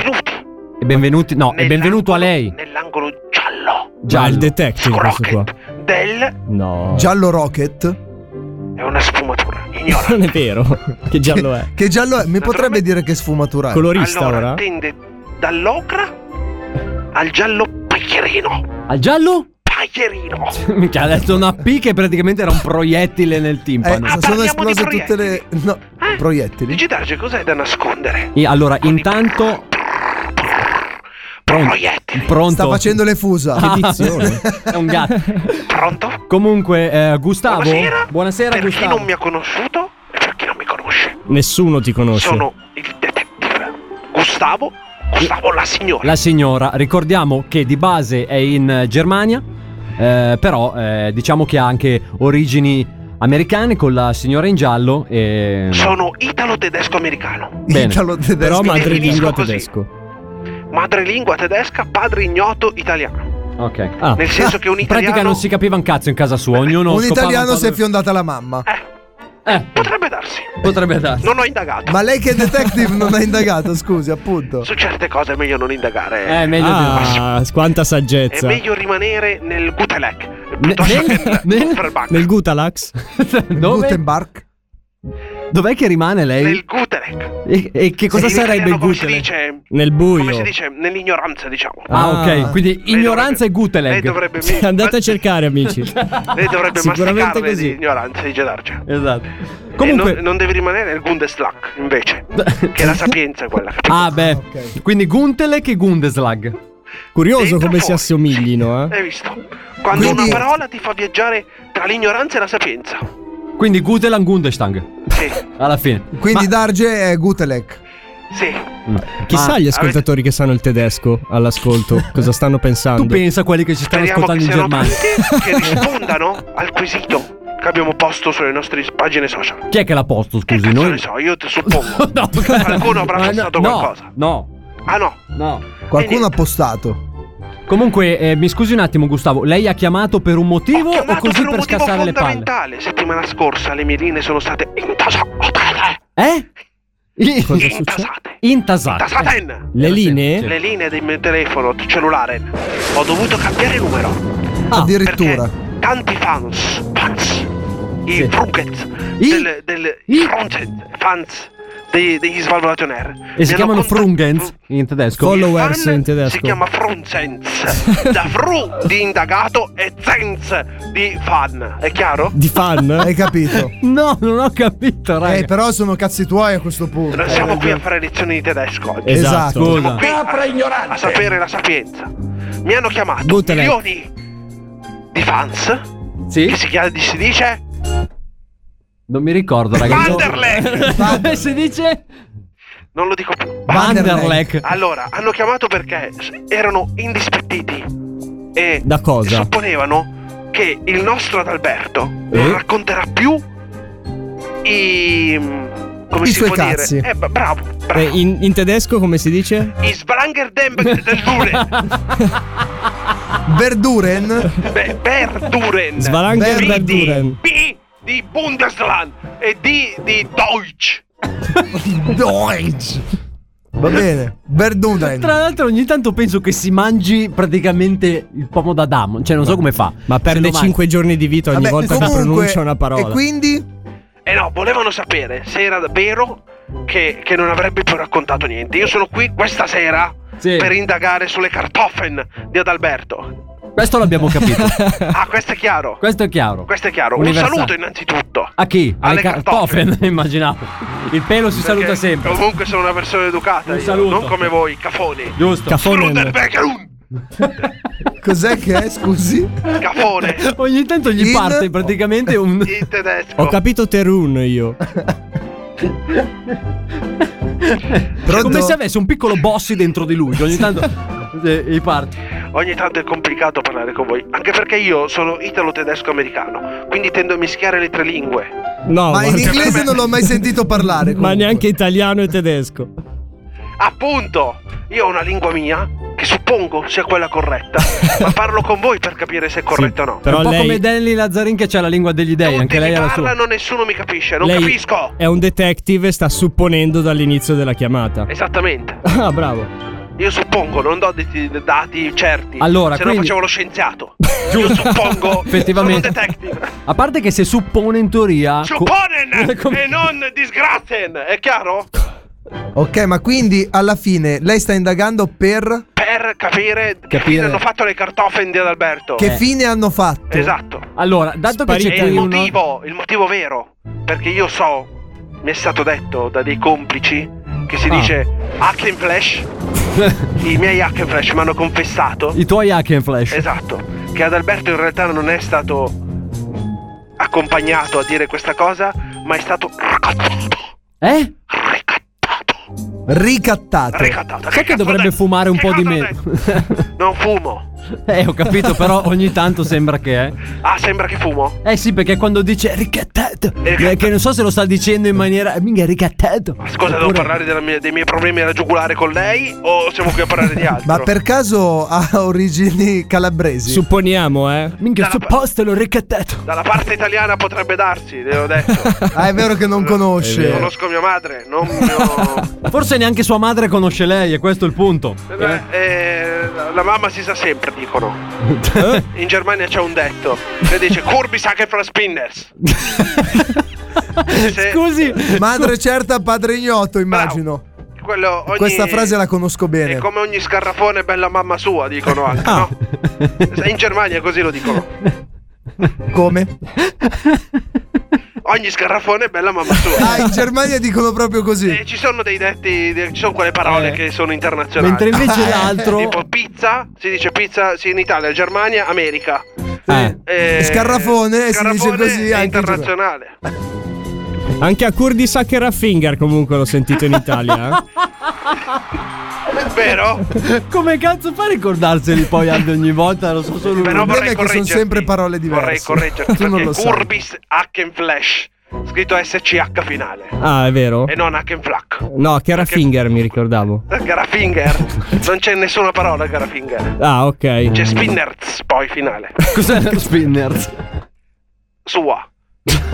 E benvenuti. No, Eh, e benvenuto a lei. Nell'angolo giallo Già il detective questo qua. del No. Giallo Rocket? è una sfumatura. Ignora. Non è vero. Che giallo è? Che giallo è? Mi potrebbe dire che sfumatura è? allora, tende dall'ocra al giallo paglierino. Al giallo? Paglierino. Minchia, ha detto una P che praticamente era un proiettile nel Eh, timpano. sono esplose tutte le. No, proiettili. Digitarge cos'è da nascondere? E allora, intanto. Pronto. Pronto. Sta facendo le fusa. Che dizione. È un gatto. Pronto? Comunque, eh, Gustavo. Buonasera. Ah, boh. Buonasera, per chi Gustavo. Oh, non mi ha conosciuto e per chi non mi conosce. Nessuno ti conosce. Sono il detective Gustavo. Gustavo la signora. La signora, ricordiamo che di base è in eh, Germania, eh, però eh, diciamo che ha anche origini americane con la signora in giallo. E... Sono italo-tedesco-americano. Bene. Però Mi madrelingua definisco così. tedesco. Madrelingua tedesca, padre ignoto italiano. Ok. Ah. Nel senso che un In pratica italiano- non si capiva un cazzo in casa sua, ognuno un scopava italiano un po' si è dove- fiondata la mamma. Eh, Potrebbe darsi. Potrebbe darsi. Non ho indagato. Ma lei che è detective non ha indagato, scusi, appunto. Su certe cose è meglio non Eh, indagare. ah, quanta È saggezza. meglio rimanere nel Gutelec. Piuttosto che Nel, nel nel, Gutelec. nel Gutalax? Dove- Gutenberg? Dov'è che rimane lei? Nel Gutelec. E, e che cosa In sarebbe italiano il come si Gutelec? dice- Nel Come si buio. dice? Nell'ignoranza, diciamo. Ah, Ah. ok, quindi Lei ignoranza e Gutelec. Lei dovrebbe, Andate a cercare, amici. lei Eh, dovrebbe Sicuramente masticarle così. di ignoranza di Gedarge. Esatto. Comunque, Eh, non, non devi rimanere nel Gundeslag, invece. che la sapienza è quella. Ah, beh, quindi Guntelec e Gundeslag. Curioso Dentro come si fuori. assomiglino, eh? Hai visto? Quando Quindi- una parola ti fa viaggiare tra l'ignoranza e la sapienza. Quindi Gutelang Gundestang. Sì. Alla fine. Quindi Darge è Gutelec. Sì. Chissà Ah, gli ascoltatori che sanno il tedesco all'ascolto cosa stanno pensando. Tu pensa a quelli che ci stanno Speriamo che ascoltando siano in Germania. tanti che rispondano al quesito che abbiamo posto sulle nostre pagine social. Chi è che l'ha posto, scusi? Eh, Non Noi? ne so, io ti suppongo. No, Qualcuno avrà Ma pensato no, qualcosa. No, Ah no. no. Qualcuno ha postato. Comunque, eh, mi scusi un attimo, Gustavo. Lei ha chiamato per un motivo Ho o chiamato così per un per, motivo scassare le palle? fondamentale. Settimana scorsa le mie linee sono state intasate. Eh? Cosa I- succede? Intasate. Eh, Tasaten. Le linee? Le linee del mio telefono cellulare. Ho dovuto cambiare numero. Ah, Addirittura. Tanti fans. Fans. I Fruget. Del, del, i Fronted. Fans. dei- degli Svalvolati on Air. E si chiamano Frungens in tedesco. Followers in tedesco. Si chiama Frunzens. da Fru di indagato e Zens di fan. È chiaro? Di fan? Hai capito? no, non ho capito, raga. Eh, però sono cazzi tuoi a questo Boh, punto. Non eh, siamo qui a fare lezioni di tedesco oggi. Esatto. Siamo qui a, a sapere la sapienza. Mi hanno chiamato Buttale. milioni di fans. Che si, chiama, si dice Non mi ricordo, ragazzi. Vanderleck. Come si dice? Non lo dico più. Vanderleck. Allora, hanno chiamato perché s- erano indispettiti e Da cosa? Eh? supponevano che il nostro Adalberto non racconterà più i mm, come I si suoi può cazzi. dire? Eh, b- bravo. Eh, in, in tedesco come si dice? I Sbranger dem del Duren. Verduren? Be- Berduren. Svalanger B di- Berduren. B di Bundesland e D di Deutsch. Deutsch. Va bene. Verduren. Tra l'altro, ogni tanto penso che si mangi praticamente il pomo d'Adamo. Cioè, non so come fa. Ma perde 5 giorni di vita ogni volta che pronuncia una parola. quindi? Eh no, volevano sapere se era vero che, che non avrebbe più raccontato niente. Io sono qui questa sera per indagare sulle cartofen di Adalberto. Questo l'abbiamo capito. Ah, questo è chiaro. Questo è chiaro. Questo è chiaro. Universale. Un saluto innanzitutto. A chi? Alle cartofen, immaginavo. Il pelo si saluta Perché sempre. Comunque sono una persona educata. Un io, saluto. non come voi, cafoni. Giusto. Cafone. Cos'è che è? Scusi? Cafone. Ogni tanto gli In- parte praticamente un. In tedesco. Ho capito Terun io. Come se avesse un piccolo bossi dentro di lui. che Ogni tanto. eh, gli parte. Ogni tanto è complicato parlare con voi. Anche perché io sono italo-tedesco-americano. Quindi tendo a mischiare le tre lingue. No, ma in guarda- inglese non l'ho mai sentito parlare. Ma neanche italiano e tedesco. Appunto, io ho una lingua mia che suppongo sia quella corretta, ma parlo con voi per capire se è corretta o no. È un po' come Danny Lazzarin che c'ha la lingua degli dei, anche lei ha la sua. Parlano, nessuno mi capisce, non Lei capisco. È un detective e sta supponendo dall'inizio della chiamata. Esattamente. Ah, bravo. Io suppongo, non do dati, dati certi. Allora, se no quindi- facevo lo scienziato. Io suppongo. Effettivamente. Sono un detective. A parte che se suppone in teoria. co- Supponen e non disgrazen, è chiaro? Ok, ma quindi alla fine lei sta indagando per Per capire, che fine hanno fatto le cartofen di Adalberto. che fine hanno fatto. Esatto. Allora, dato che c'è è il qui uno- motivo, il motivo vero, perché io so, mi è stato detto da dei complici che si Ah. dice hack and flash, i miei hack and flash mi hanno confessato, I tuoi hack and flash. esatto, che Adalberto in realtà non è stato accompagnato a dire questa cosa, ma è stato Eh? Ricattato. Ricattato. Sai che dovrebbe fumare un po' di meno. non fumo. eh, ho capito, però ogni tanto sembra che è. Ah, sembra che fumo. Eh sì, perché quando dice ricattato. Esatto. eh, Che non so se lo sta dicendo in maniera. Minchia, ricattato. Scusa, devo parlare della mia- dei miei problemi alla giugulare con lei o siamo qui a parlare di altro? Ma per caso ha origini calabresi? Supponiamo, eh. Minchia, sto posto l'ho ricattato. Dalla parte italiana potrebbe darsi, le ho detto. Ah, è vero che non conosce. Conosco mia madre, non Forse neanche sua madre conosce lei, e questo è il punto. Beh, eh, la mamma si sa sempre, dicono. Eh? In Germania c'è un detto che dice Kurbi Sache fra Spinners. Scusi. Madre certa, padre ignoto, immagino. Quello ogni- Questa frase la conosco È bene. come ogni scarrafone bella mamma sua, dicono anche, Ah. no? In Germania così lo dicono. Come? Ogni scarrafone bella mamma sua. Ah, in Germania dicono proprio così. E ci sono dei detti, de- ci sono quelle parole che sono internazionali. Eh. Mentre invece l'altro- Eh, Tipo pizza, si dice pizza sì, in Italia, Germania, America. Eh, Scarrafone, si dice scarrafone così è anche in Germania. internazionale. Anche a Kurdi Sacker a Finger comunque l'ho sentito in Italia. eh. Vero? Come cazzo fa a ricordarseli poi ad ogni volta? Lo so solo lui. Però vorrei sono correggerti. sempre parole diverse. Vorrei correggerti Tu non perché lo sai. Curbis H and Flash, scritto SCH finale. Ah, è vero? E non H and Flack. No, che era Finger mi ricordavo. Garafinger. non c'è nessuna parola Garafinger. Ah, ok. C'è Spinnerz poi finale. Cos'è lo spinner? Sua.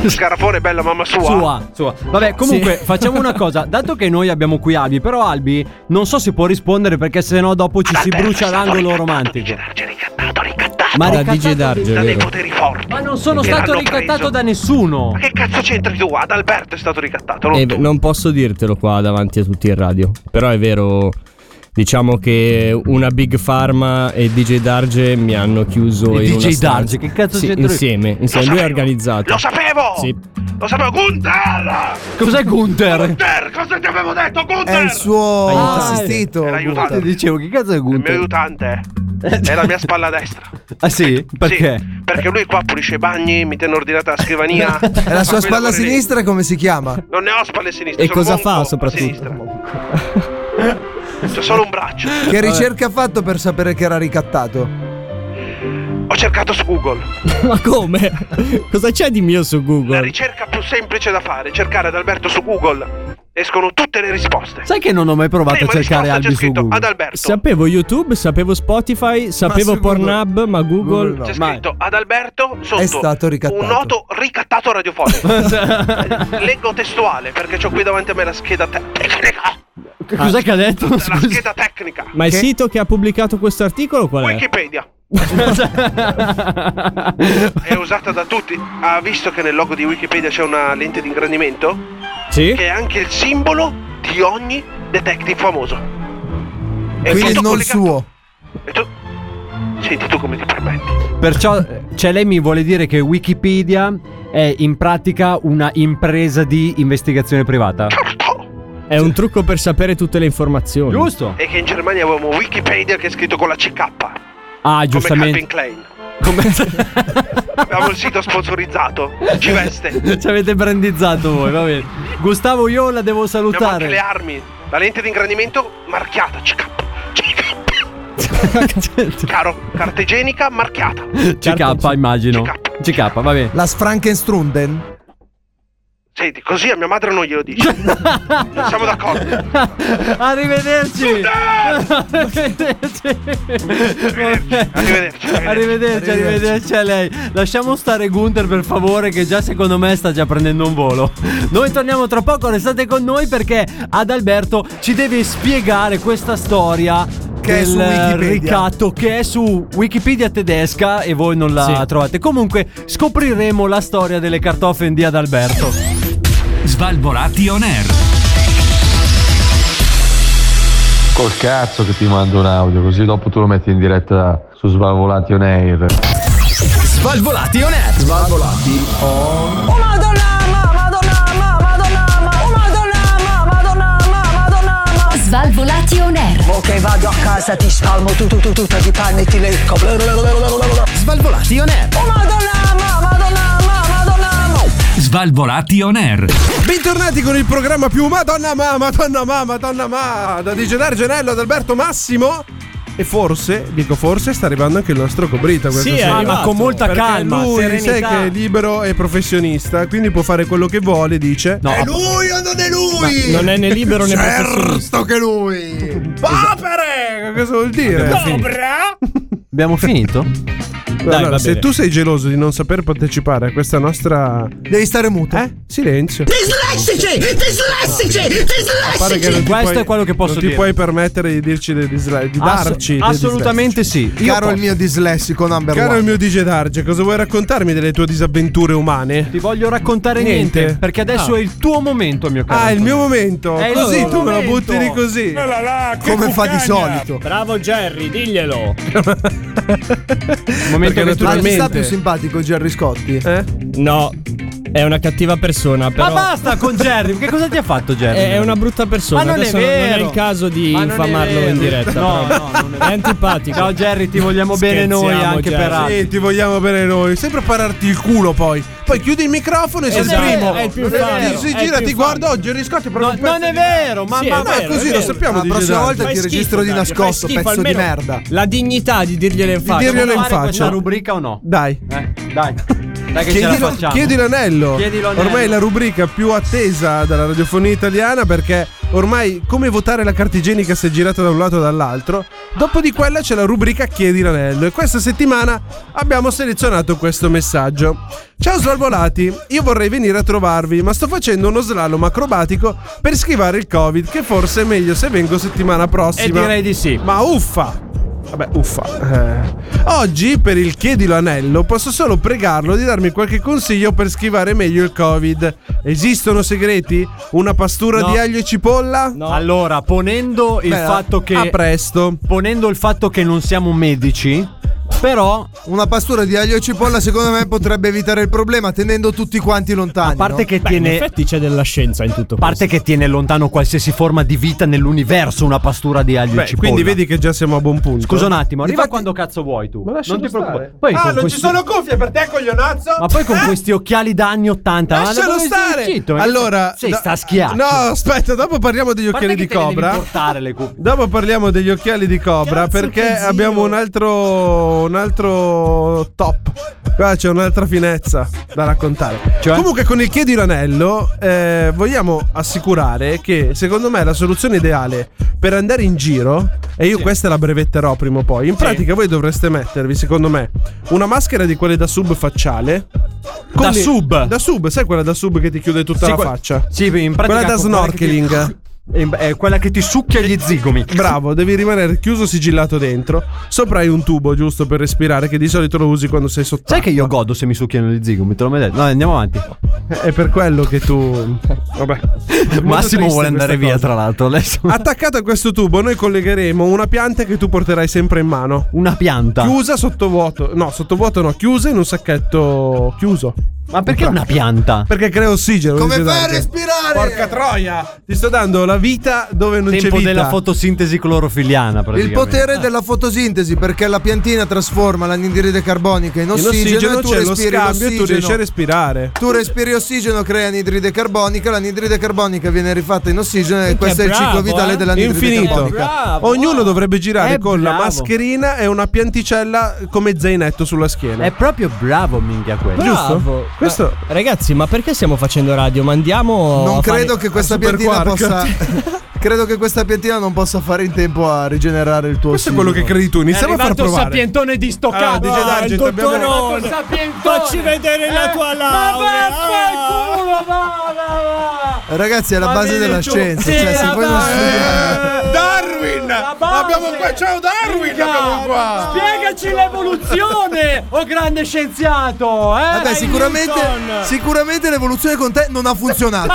Scarafone bella mamma sua. Sua, sua. Vabbè, comunque facciamo una cosa. Dato che noi abbiamo qui Albi, però Albi non so se può rispondere perché sennò dopo ci si brucia l'angolo romantico. Ma da ricattato DJ Darge, di- da è dei vero. poteri forti. eh. Ma non sono che stato l'hanno ricattato preso. da nessuno. Ma che cazzo c'entri tu? Adalberto è stato ricattato. Non Eh, tu. beh, non posso dirtelo qua davanti a tutti in radio, però è vero. Diciamo che una Big Pharma e DJ Darge mi hanno chiuso E in DJ una stanza. Darge, che cazzo sì, c'entra lui? insieme, insieme. Lo lui è sapevo, organizzato. Lo sapevo! Sì. Lo sapevo, Gunther! Cos'è Gunther? Gunther, cosa ti avevo detto, Gunther? È il suo Ah, assistito. Era aiutante. Gunther. Dicevo, che cazzo è Il mio aiutante è la mia spalla destra. Ah sì? Perché? Sì, perché lui qua pulisce i bagni, mi tiene ordinata la scrivania. E la sua Ma quella spalla pure lì. sinistra come si chiama? Non ne ho spalle sinistre. E sono cosa monco fa a soprattutto? sinistra. C'ho solo un braccio. Che ricerca ha fatto per sapere che era ricattato? Ho cercato su Google. Ma come? Cosa c'è di mio su Google? Ricerca più semplice da fare, cercare ad Alberto su Google. Escono tutte le risposte. Sai che non ho mai provato Prima a cercare risposta c'è Albi su scritto Google? ad Alberto. Sapevo YouTube, sapevo Spotify, sapevo su Google- Pornhub, ma Google. Google no. C'è scritto ad Alberto sotto È stato ricattato. un noto ricattato radiofonico. Eh, Leggo testuale perché ho qui davanti a me la scheda te- tecnica. Che Ah. Cos'è che ha detto? La scheda tecnica. Ma il sito che ha pubblicato questo articolo qual è? Wikipedia. è usata da tutti. Ha visto che nel logo di Wikipedia c'è una lente di ingrandimento? Sì. Che è anche il simbolo di ogni detective famoso. È Quindi tutto non collegato. suo. E tu- Senti tu come ti permetti. Perciò, eh, cioè, lei mi vuole dire che Wikipedia è in pratica una impresa di investigazione privata. È un trucco per sapere tutte le informazioni. Giusto. Certo. E che in Germania avevamo Wikipedia che è scritto con la CK. Ah, Come Calvin giustamente. Klein. Abbiamo il sito sponsorizzato. Ci veste. Ci avete brandizzato voi, va bene. Gustavo, io la devo Abbiamo anche le salutare. armi. La lente di ingrandimento marchiata. CK. CK. Caro, carta igienica marchiata. Certo. CK, immagino. CK, va bene. La Sfrankenstrunden? Senti, così a mia madre non glielo dici. Non siamo d'accordo. Arrivederci. Arrivederci. Arrivederci, arrivederci a lei. Lasciamo stare Gunther per favore che già secondo me sta già prendendo un volo. Noi torniamo tra poco, restate con noi perché Adalberto ci deve spiegare questa storia Che è su del eh, Wikipedia. ricatto che è su Wikipedia tedesca e voi non la Sì. trovate. Comunque scopriremo la storia delle cartofe di Adalberto. Svalvolati on air. Col cazzo che ti mando un audio, così dopo tu lo metti in diretta su Svalvolati on Air. Svalvolati on air. Svalvolati on. Oh madonna, ma, madonna, ma, madonna, ma, oh madonna, ma, madonna, ma, madonna, ma. Svalvolati on air. Ok, vado a casa, ti spalmo tu, tu, tu, tu, ti panni e ti lecco. Svalvolati on air. Oh madonna, ma, madonna, ma, madonna, ma. Svalvolati on air. Bentornati con il programma più Madonna ma, Madonna ma, Madonna ma Da Digenar Genello ad Alberto Massimo E forse, dico forse, sta arrivando anche il nostro Cobrita questa Sì, è sera. arrivato. Ma con molta Perché calma, lui serenità. sai che è libero e professionista Quindi può fare quello che vuole, dice No, Eh, Lui o non è lui? Non è né libero né professionista. Certo che lui! Papere! Cosa vuol dire? Abbiamo finito. Abbiamo finito? Allora, va se bene. tu sei geloso di non saper partecipare a questa nostra... Devi stare muto. Eh? Silenzio Dislessici, dislessici, Pare che dislessici. non ti Questo puoi- è quello che posso non dire. ti puoi permettere di dirci dei disla- di Ass- darci dei assolutamente sì. Io Caro il mio dislessico number Caro one. il mio DJ Darge, cosa vuoi raccontarmi delle tue disavventure umane? Ti voglio raccontare niente, Niente. perché adesso Ah. è il tuo momento, mio caro. Ah, il mio momento. È il così tuo tu me la momento. butti lì così. Come fa di solito. Bravo Jerry, diglielo. Perché naturalmente- Ah, momento che tu- ti sta naturalmente- più simpatico Gerry Scotti? No, è una cattiva persona, però. Eh? Ma basta con Jerry, che cosa ti ha fatto Jerry? È una brutta persona. Ma non è Adesso vero. non è il caso di Ma non è infamarlo vero. in diretta. No, però. no, non è antipatico. Ciao Jerry, ti vogliamo bene Scherziamo, noi anche Jerry. per altri. Sì, ti vogliamo bene noi. Sempre a pararti il culo poi. Poi chiudi il microfono e sei Esatto, il primo. è il più Non infame, dici, è il gira, più ti infame. guardo oggi, riscotti proprio un pezzo non è di- vero, mamma Sì, mia. è vero, è così, è lo vero. sappiamo. La DJ prossima Darge. volta Fai ti schifo, registro di Dario, nascosto, fai schifo, pezzo di almeno merda. La dignità di dirglielo in faccia. dirglielo in Fare faccia. questa rubrica o no? Dai. Eh, dai. Dai che ce la Chiedilo- facciamo. Eh, chiedi l'anello. Chiedi l'anello. Ormai è la rubrica più attesa dalla radiofonia italiana perché ormai come votare la carta igienica se è girata da un lato o dall'altro. Dopo di quella c'è la rubrica Chiedi l'anello e questa settimana abbiamo selezionato questo messaggio. Ciao Svalvolati, io vorrei venire a trovarvi, ma sto facendo uno slalom acrobatico per schivare il Covid, che forse è meglio se vengo settimana E prossima. direi di sì. Ma uffa! Vabbè, uffa. Eh. Oggi, per il chiedilo anello, posso solo pregarlo di darmi qualche consiglio per schivare meglio il Covid. Esistono segreti? Una pastura No. di aglio e cipolla? Allora, ponendo il Beh, fatto che. a presto. Ponendo il fatto che non siamo medici, però. Una pastura di aglio e cipolla, secondo me, potrebbe evitare il problema tenendo tutti quanti lontani. A parte che Beh, tiene- in effetti c'è della scienza in tutto. A parte che tiene lontano qualsiasi forma di vita nell'universo una pastura di aglio e Beh, cipolla. quindi vedi che già siamo a buon punto. Scusa un attimo, arriva quando cazzo vuoi tu. non ti Ah, preoccupare. Ah, Poi con questi- cuffie per te, coglionazzo? Ma poi con questi occhiali da anni 80. ma Lascialo dove sei stare! uscito? Allora, Sei da- sta schiaccio. No, aspetta, dopo parliamo degli occhiali di cobra. portare le cuffie. Dopo parliamo degli occhiali di cobra perché abbiamo un altro, un altro top. Qua c'è un'altra finezza da raccontare. Cioè? Comunque, con il chiedi l'anello, eh, vogliamo assicurare che secondo me la soluzione ideale per andare in giro, e io questa la brevetterò prima o poi. In pratica, voi dovreste mettervi, secondo me, una maschera di quelle da sub facciale. con Da le- sub? Da sub, sai quella da sub che ti chiude tutta Sì, la que- faccia? Sì, in pratica Quella da con quella che ti- snorkeling. È è quella che ti succhia gli zigomi. Bravo, devi rimanere chiuso sigillato dentro. Sopra hai un tubo giusto per respirare che di solito lo usi quando sei sotto. Sai che io godo se mi succhiano gli zigomi, te l'ho mai detto. No, andiamo avanti. È per quello che tu Vabbè. Massimo vuole andare via, tra l'altro. Attaccato a questo tubo noi collegheremo una pianta che tu porterai sempre in mano. Una pianta? Chiusa sottovuoto. No, sottovuoto no, chiusa in un sacchetto chiuso. Ma perché una pianta? Perché crea ossigeno. Come dice fai a Dante. respirare? Porca troia! Ti sto dando la vita dove non c'è Tempo vita. della fotosintesi clorofiliana, Il praticamente. Ah, potere della fotosintesi perché la piantina trasforma l'anidride carbonica in In ossigeno, ossigeno e tu c'è lo respiri scambio e tu l'ossigeno. riesci a respirare. Tu respiri ossigeno, crea anidride carbonica, l'anidride carbonica viene rifatta in ossigeno e questo è il ciclo eh. vitale dell'anidride Infinito. carbonica. Ognuno dovrebbe girare È con la Eh, bravo. mascherina e una pianticella come zainetto sulla schiena. È Eh, proprio bravo, minchia quello. Giusto? Bravo. Questo Ma- ragazzi, ma perché stiamo facendo radio? Mandiamo. Non a fare- credo che questa a Super piantina Quark. possa Credo che questa piantina non possa fare in tempo a rigenerare il tuo Questo è ossigeno. quello che credi tu, iniziamo a far provare. di sto Allora, cazzo. Ah, dice Darge, il abbiamo- dottorone. Facci vedere Eh, la tua laurea. Ah. Ragazzi, è la base della scienza, cioè se voi non studiate Eh, Darwin! Abbiamo qua, ciao Darwin! Abbiamo qua! Spiegaci l'evoluzione, o grande scienziato! Eh? Vabbè, sicuramente, sicuramente l'evoluzione con te non ha Ma funzionato.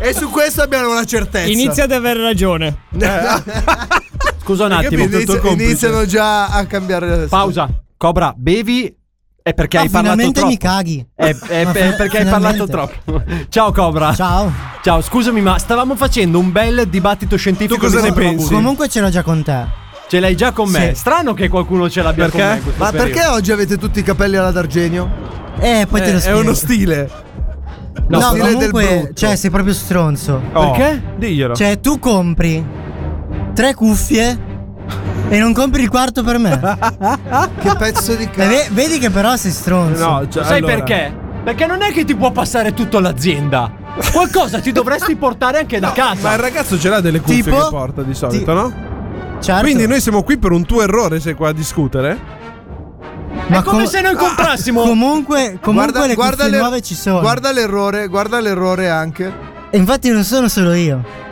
e su questo abbiamo la certezza. Inizia ad aver ragione. Eh, Scusa un attimo, Inizia- tutto il complice. iniziano già a cambiare. Pausa. Cobra, bevi è perché No, hai parlato Ah, finalmente troppo. mi caghi. È, è- Ma è fi- perché hai parlato finalmente. troppo. Ciao Cobra. Ciao. Ciao, scusami, ma stavamo facendo un bel dibattito scientifico. mi sono avuto. Comunque ce l'ho già con te. Ce l'hai già con me. Sì. Strano che qualcuno ce l'abbia con me. in questo Ma periodo. perché oggi avete tutti i capelli alla d'argenio? Eh, poi te lo spiego. stile. No, Lo stile del comunque, brutto. cioè, sei proprio stronzo. Oh, Perché? diglielo. Cioè, tu compri tre cuffie e non compri il quarto per me. che pezzo di cazzo. vedi che però sei stronzo. cioè, Lo cioè, sai perché? Perché non è che ti può passare tutta l'azienda. Qualcosa ti dovresti portare anche da casa. Ma il ragazzo ce l'ha delle cuffie Tipo? che porta di solito, no? Certo. Quindi noi siamo qui per un tuo errore, sei qua a discutere. Ma è come se noi comprassimo. Comunque, comunque le cuffie le- nuove ci sono. Guarda l'errore, guarda l'errore anche. E infatti non sono solo io.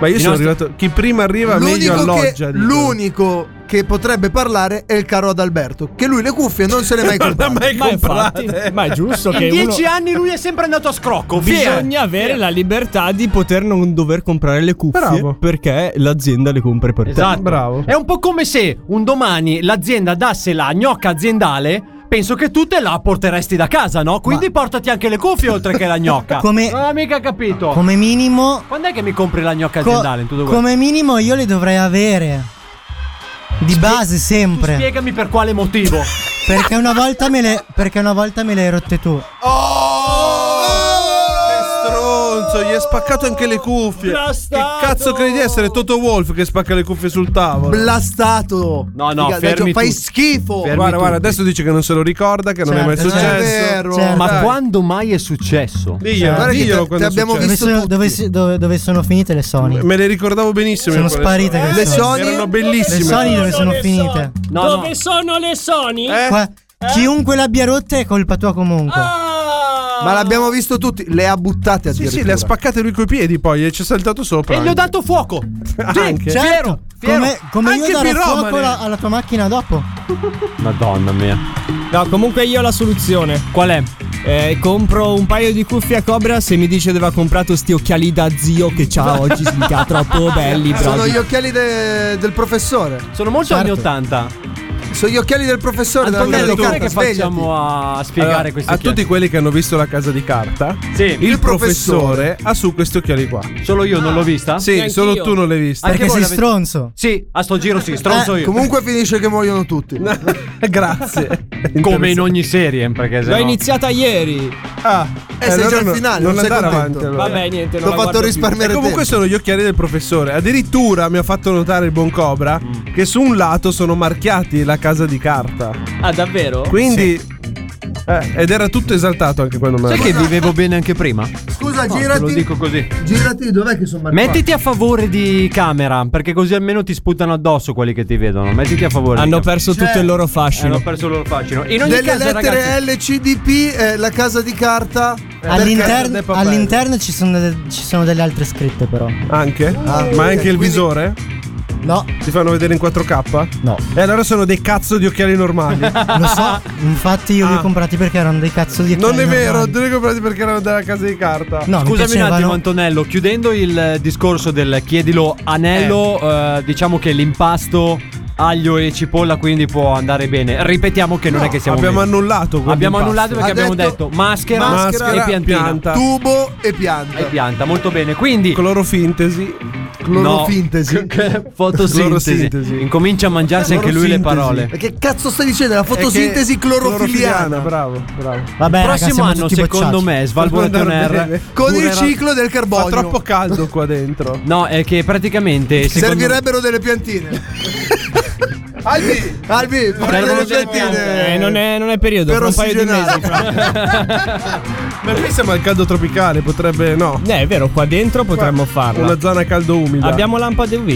Ma io I sono nostri- arrivato. Chi prima arriva L'unico meglio che, alloggia. dicono. l'unico che potrebbe parlare è il caro Adalberto, che lui le cuffie non se le ha mai Non le ha comprate. mai Ma comprate. eh. infatti, ma è giusto In dieci anni lui è sempre andato a scrocco. fiero. Bisogna avere la libertà di poter non dover comprare le cuffie Bravo. perché l'azienda le compra per te. Esatto. È un po' come se un domani l'azienda dasse la gnocca aziendale. Penso che tu te la porteresti da casa, no? Quindi portati anche le cuffie oltre che la gnocca. Come- Non ho mica capito. Come minimo. Quando è che mi compri la gnocca co- aziendale in tutto questo? come minimo io le dovrei avere. Di base sempre. Spiegami per quale motivo. Perché una volta me le. Perché una volta me le hai rotte tu. Oh! Stronzo, gli hai spaccato anche le cuffie. Che cazzo credi di essere Toto Wolf che spacca le cuffie sul tavolo? Blastato. No, no, Figa- fermi fai tutti. schifo. guarda, guarda, adesso dice che non se lo ricorda, che non è mai Certo, successo. certo. È vero. Certo. Ma Dai. quando mai è successo? Diglielo, Guarda che diglielo te- quando te è abbiamo successo. visto dove, si- dove- dove sono finite le Sony. Me le ricordavo benissimo. Sono io quelle sparite storie. quelle Le storie. Sony erano bellissime. Le Sony dove sono finite? Dove- No, no. Dove sono le Sony? Qua- Chiunque l'abbia rotta è colpa tua comunque. Ma l'abbiamo visto tutti, le ha buttate a Sì, sì, le ha spaccate lui coi piedi poi e ci è saltato sopra. E gli ho dato fuoco. Anche. Fiero, fiero. Come, come io Anche dare piromane. fuoco alla, alla tua macchina dopo. Madonna mia. No, comunque io ho la soluzione. Qual è? Eh, compro un paio di cuffie a Cobra se mi dice dove ha comprato sti occhiali da zio che c'ha oggi, mica troppo belli, bravi. Sono gli occhiali de- del professore. Sono molto anni 80. Sono gli occhiali del professore della Antonello, Leocarta, come che svegliati. facciamo a spiegare Allora, queste a chiavi? tutti quelli che hanno visto la casa di carta, Sì. il professore ha su questi occhiali qua. Solo io non l'ho vista? Sì, Neanch'io. solo tu non l'hai vista. Anche voi l'avete- stronzo. Sì, a sto giro sì, stronzo Eh, io. comunque finisce che muoiono tutti. Grazie. come in ogni serie, perché se L'ho no- iniziata ieri. Ah, Eh, allora no- non andare avanti. allora. Vabbè, niente, non la guardo più. E comunque sono gli occhiali del professore. Addirittura mi ha fatto notare il buon Cobra Mm. che su un lato sono marchiati la casa di carta. Ah, davvero? Quindi. eh, ed era tutto esaltato anche quando me Sai che vivevo bene anche prima? Scusa, No, girati. Te lo dico così. Girati, dov'è che sono marcato? Mettiti a favore di camera, perché così almeno ti sputano addosso quelli che ti vedono. Mettiti a favore. Hanno di camera. perso tutto il loro fascino. Hanno perso il loro fascino. In ogni Delle caso, lettere ragazzi, LCDP, eh, la casa di carta. All'interno, del Carta de all'interno ci, sono de- ci sono delle altre scritte, però. Anche? Ah, Ma ok, anche il quindi- visore? No. Ti fanno vedere in 4K? No. E allora sono dei cazzo di occhiali normali. Lo so, infatti io li Ah. ho comprati perché erano dei cazzo di Non è occhiali vero, normali. te li hai comprati perché erano della casa di carta. Ah, No, mi Scusami un attimo piacevano. Antonello, chiudendo il eh, discorso del chiedilo anello, eh, diciamo che l'impasto aglio e cipolla quindi può andare bene. Ripetiamo che non No, è che siamo abbiamo messi. annullato quel Abbiamo impasto. annullato perché Ha abbiamo detto detto maschera, maschera, e piantina. pianta. Tubo e pianta. E pianta, molto bene. Quindi Clorofintesi. Clorofintesi. No, che- fotosintesi. Clorosintesi. Incomincia a mangiarsi anche lui le Clorosintesi. parole. Ma Che cazzo stai dicendo? La fotosintesi È che- clorofiliana. Bravo, bravo. Vabbè, raga, Prossimo siamo anno, tutti secondo bocciati. me, Svalvolator Con il ciclo del carbonio. Fa troppo caldo qua dentro. No, è che praticamente secondo- Servirebbero delle piantine. Albi, Albi, porta Servono delle delle piante. Eh, non, piantine. è, non è periodo, Per fra un paio di ossigenare. mesi. fra- Ma qui siamo al caldo tropicale, potrebbe no. Eh, è vero, qua dentro potremmo farlo. Una zona caldo umida. Abbiamo lampade UV?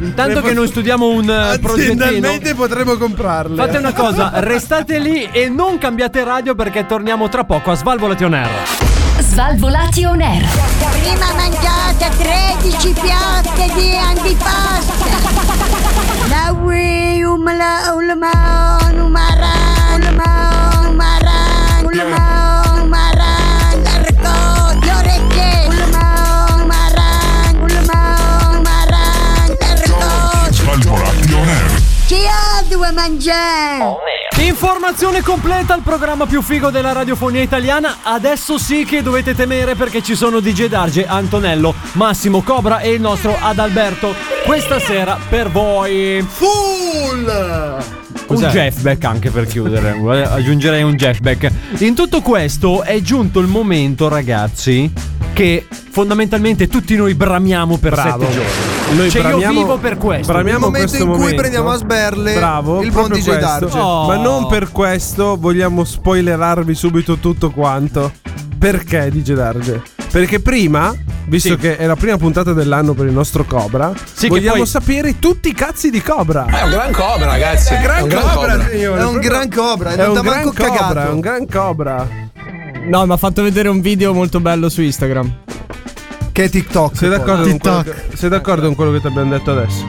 Intanto che non studiamo un eh, progettino Aziendalmente potremmo comprarle. Fate una cosa, restate lì e non cambiate radio perché torniamo tra poco a Svalvolati on Air. Svalvolati on air. Prima mangiate 13 piatte di antipasto. La um, ui umla ulma umara um, ulma umara um, ulma umara l'arco um, le orecchie Um, ulma umara um, ulma umara l'arco Svalvolati on air. chi ha due mangiare? Informazione completa al programma più figo della radiofonia italiana. Adesso sì che dovete temere perché ci sono DJ Darge, Antonello, Massimo Cobra e il nostro Adalberto. Questa sera per voi. Full! Un Jeffback anche per chiudere. Vuole- Aggiungerei un Jeffback. In tutto questo è giunto il momento, ragazzi, che fondamentalmente tutti noi bramiamo per Bravo. sette giorni. Noi cioè bramiamo- io vivo per questo. Bramiamo Il momento questo in cui momento. prendiamo a sberle Bravo, il buon proprio DJ questo. Cioè, Darge. Oh. Ma non per questo vogliamo spoilerarvi subito tutto quanto. Perché DJ Darge? Perché prima, visto Sì. che è la prima puntata dell'anno per il nostro Cobra, Sì, che vogliamo poi- sapere tutti i cazzi di Cobra. È un gran cobra, ragazzi. gran È un Cobra, signore, È un proprio- gran cobra, È non un t'ha gran manco cobra, è cagato. un gran cobra. No, mi ha fatto vedere un video molto bello su Instagram. Che TikTok. Sei poi. d'accordo, con quello, TikTok. che, sei d'accordo con quello che ti abbiamo detto adesso?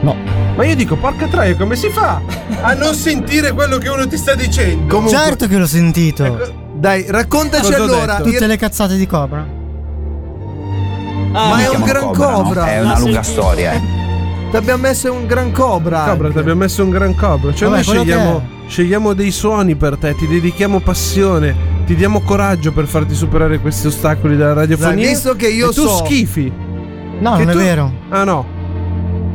No. Ma io dico, porca troia, come si fa a non sentire quello che uno ti sta dicendo? Ecco. Comunque, Certo che l'ho sentito. dai, raccontaci Cosa ho allora. detto? il- Tutte le cazzate di Cobra. Ma è un chiamano gran Cobra, no? cobra. È una lunga storia, eh. Ti abbiamo messo un gran cobra. Cobra, ti abbiamo messo un gran cobra. Cioè, Vabbè, noi quello che scegliamo, scegliamo dei suoni per te, ti dedichiamo passione, ti diamo coraggio per farti superare questi ostacoli della radiofonia. Dai, visto che io e tu so- schifi. No, Che non tu- è vero. Ah, no.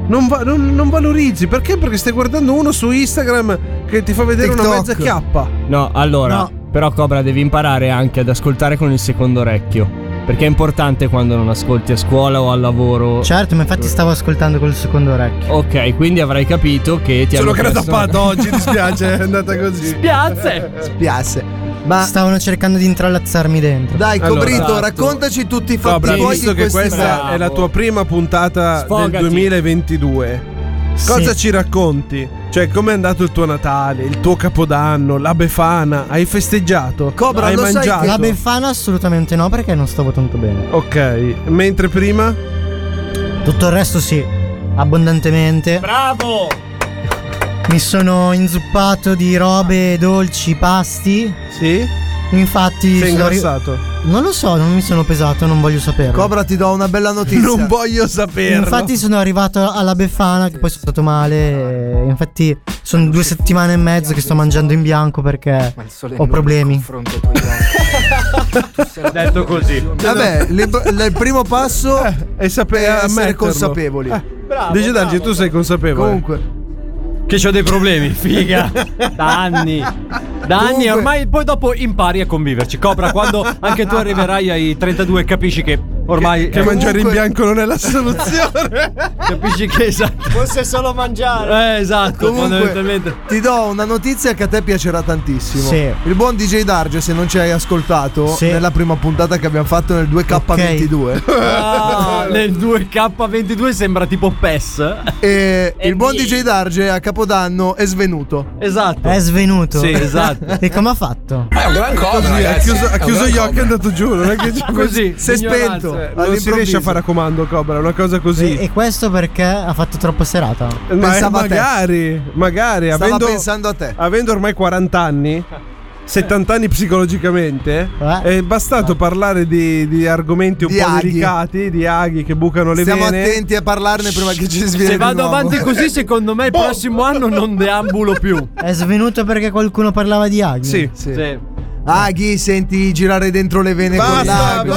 Non, va- non- non valorizzi perché? Perché stai guardando uno su Instagram che ti fa vedere una mezza TikTok. chiappa. No, allora, però Cobra devi imparare anche ad ascoltare con il secondo orecchio. Perché è importante quando non ascolti a scuola o al lavoro. Certo, ma infatti stavo ascoltando col secondo orecchio. Ok, quindi avrai capito che ti Solo hanno che era chiesto- tappato oggi, ti spiace, è andata così. Piazze! Piace. Ma Stavano cercando di intralazzarmi dentro. dai, Allora, Cobrito, esatto. raccontaci tutti i fatti Cobra, tuoi visto di che questi questa bravo. è la tua prima puntata Sfogati. del 2022, Sì. cosa ci racconti? Cioè, com'è andato il tuo Natale, il tuo Capodanno, la Befana? Hai festeggiato? hai mangiato? La Befana assolutamente no perché non stavo tanto bene. Ok, mentre prima? Esatto. Tutto il resto sì, abbondantemente. Bravo! Mi sono inzuppato di robe, dolci, pasti. Sì. Infatti. Sei sono ri- ingrassato? Non lo so, non mi sono pesato, non voglio saperlo. Cobra, ti do una bella notizia. Non voglio saperlo. Infatti sono arrivato alla Befana che poi sono stato male. e infatti sono due settimane e mezzo che sto mangiando in bianco perché ho problemi. Detto così. Vabbè, l'im- l- il primo passo Eh, è sapere essere ammetterlo. consapevoli. Eh, Dice Dargi, tu sei consapevole. Comunque, Che c'ho dei problemi, figa. Da anni. Da anni Comunque- ormai poi dopo impari a conviverci. Cobra, quando anche tu arriverai ai 32 capisci che ormai... che mangiare in bianco non è la soluzione. capisci che esatto. Forse solo mangiare. Eh, esatto, Comunque- fondamentalmente. ti do una notizia che a te piacerà tantissimo. Sì. Il buon DJ Darge, se non ci hai ascoltato, Sì. nella prima puntata che abbiamo fatto nel 2K22. Ah, nel 2K22 sembra tipo PES. E il buon niente. DJ Darge a Capodanno è svenuto. Esatto. È svenuto. Sì, esatto. E come ha fatto? è un gran cosa, Così, ha ragazzi. chiuso, ha È un chiuso gran gli cosa. occhi e è andato giù. Non è che Così, Si è ignoranza. spento. Eh, Non si all'improvviso. riesce a fare a comando, Cobra. Una cosa così. E, e questo perché ha fatto troppa serata. Ma eh, Pensava a te. magari, magari Stava avendo, pensando a te. avendo ormai 40 anni, 70 anni psicologicamente, Eh. è bastato parlare di, di argomenti un Di po' aghi. delicati, di aghi che bucano le Stiamo vene. attenti a parlarne prima che ci sviene Se di vado nuovo. avanti così, secondo me il prossimo anno non deambulo più. È svenuto perché qualcuno parlava di aghi. Sì. Sì. Sì. Aghi, senti girare dentro le vene con l'ago.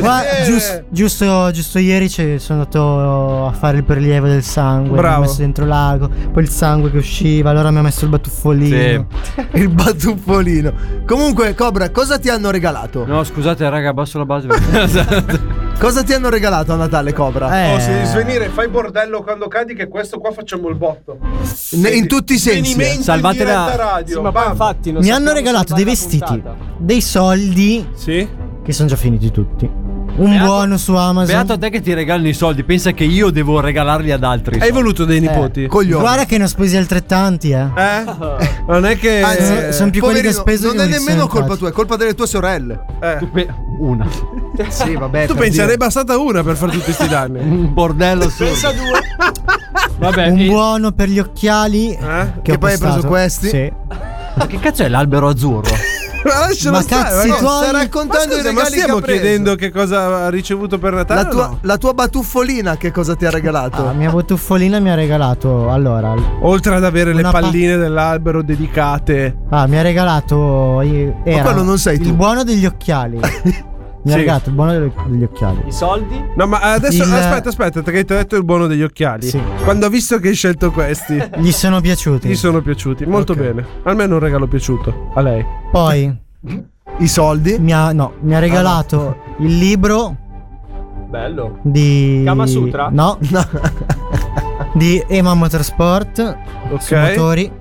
Qua, gius- giusto, giusto ieri ci sono andato a fare il prelievo del sangue. Bravo. Ho messo dentro l'ago. Poi il sangue che usciva. Allora mi ha messo il batuffolino. Il batuffolino. Comunque, Cobra, cosa ti hanno regalato? No, scusate, raga, abbasso la base. perché- Cosa ti hanno regalato a Natale, Cobra? Oh, se devi svenire, fai bordello quando cadi, che questo qua facciamo il botto. Ne- in tutti i sensi. Svenimento Salvate in la- diretta radio. bam. Mi hanno regalato dei vestiti, dei soldi. Sì. Che sono già finiti tutti. Un Beato- buono su Amazon. Beato a te che ti regalano i soldi, pensa che io devo regalarli ad altri. Hai voluto Eh. dei nipoti? Coglione. Guarda che ne ho spesi altrettanti, eh. Eh? Non è che. Anzi, sono più quelli Poverino, che ho speso non che è quelli che nemmeno sono colpa entrati. tua, è colpa delle tue sorelle. Eh. Una. Sì, vabbè. Tu per pensi dire. sarebbe bastata una per fare tutti questi danni? Eh? Un bordello solo. due. Vabbè, Un e- buono per gli occhiali. Eh? Che ho poi hai preso postato. questi? Sì. ma che cazzo è l'albero azzurro? Ma lascialo Ma stare, cazzi no, tuoi? sta Ma raccontando scusa, i ma regali stiamo che ha preso. chiedendo che cosa ha ricevuto per Natale. La tua, la tua batuffolina che cosa ti ha regalato? Ah, La mia botuffolina mi ha regalato. Allora. Oltre ad avere le Una pa- palline dell'albero dedicate. Ah, mi ha regalato. i- Era quello non sei tu. Il buono degli occhiali. Mi ha Sì. regalato il buono degli- degli occhiali. I soldi? No, ma adesso Il- aspetta, aspetta, perché ti ho detto il buono degli occhiali. Sì. Quando ho visto che hai scelto questi, Gli sono piaciuti. gli sono piaciuti. Molto bene. Almeno un regalo piaciuto a lei. Poi I soldi? mi ha, no, mi ha regalato il libro Bello. di. Kama Sutra? No. di Ema Motorsport. su Ok. motori.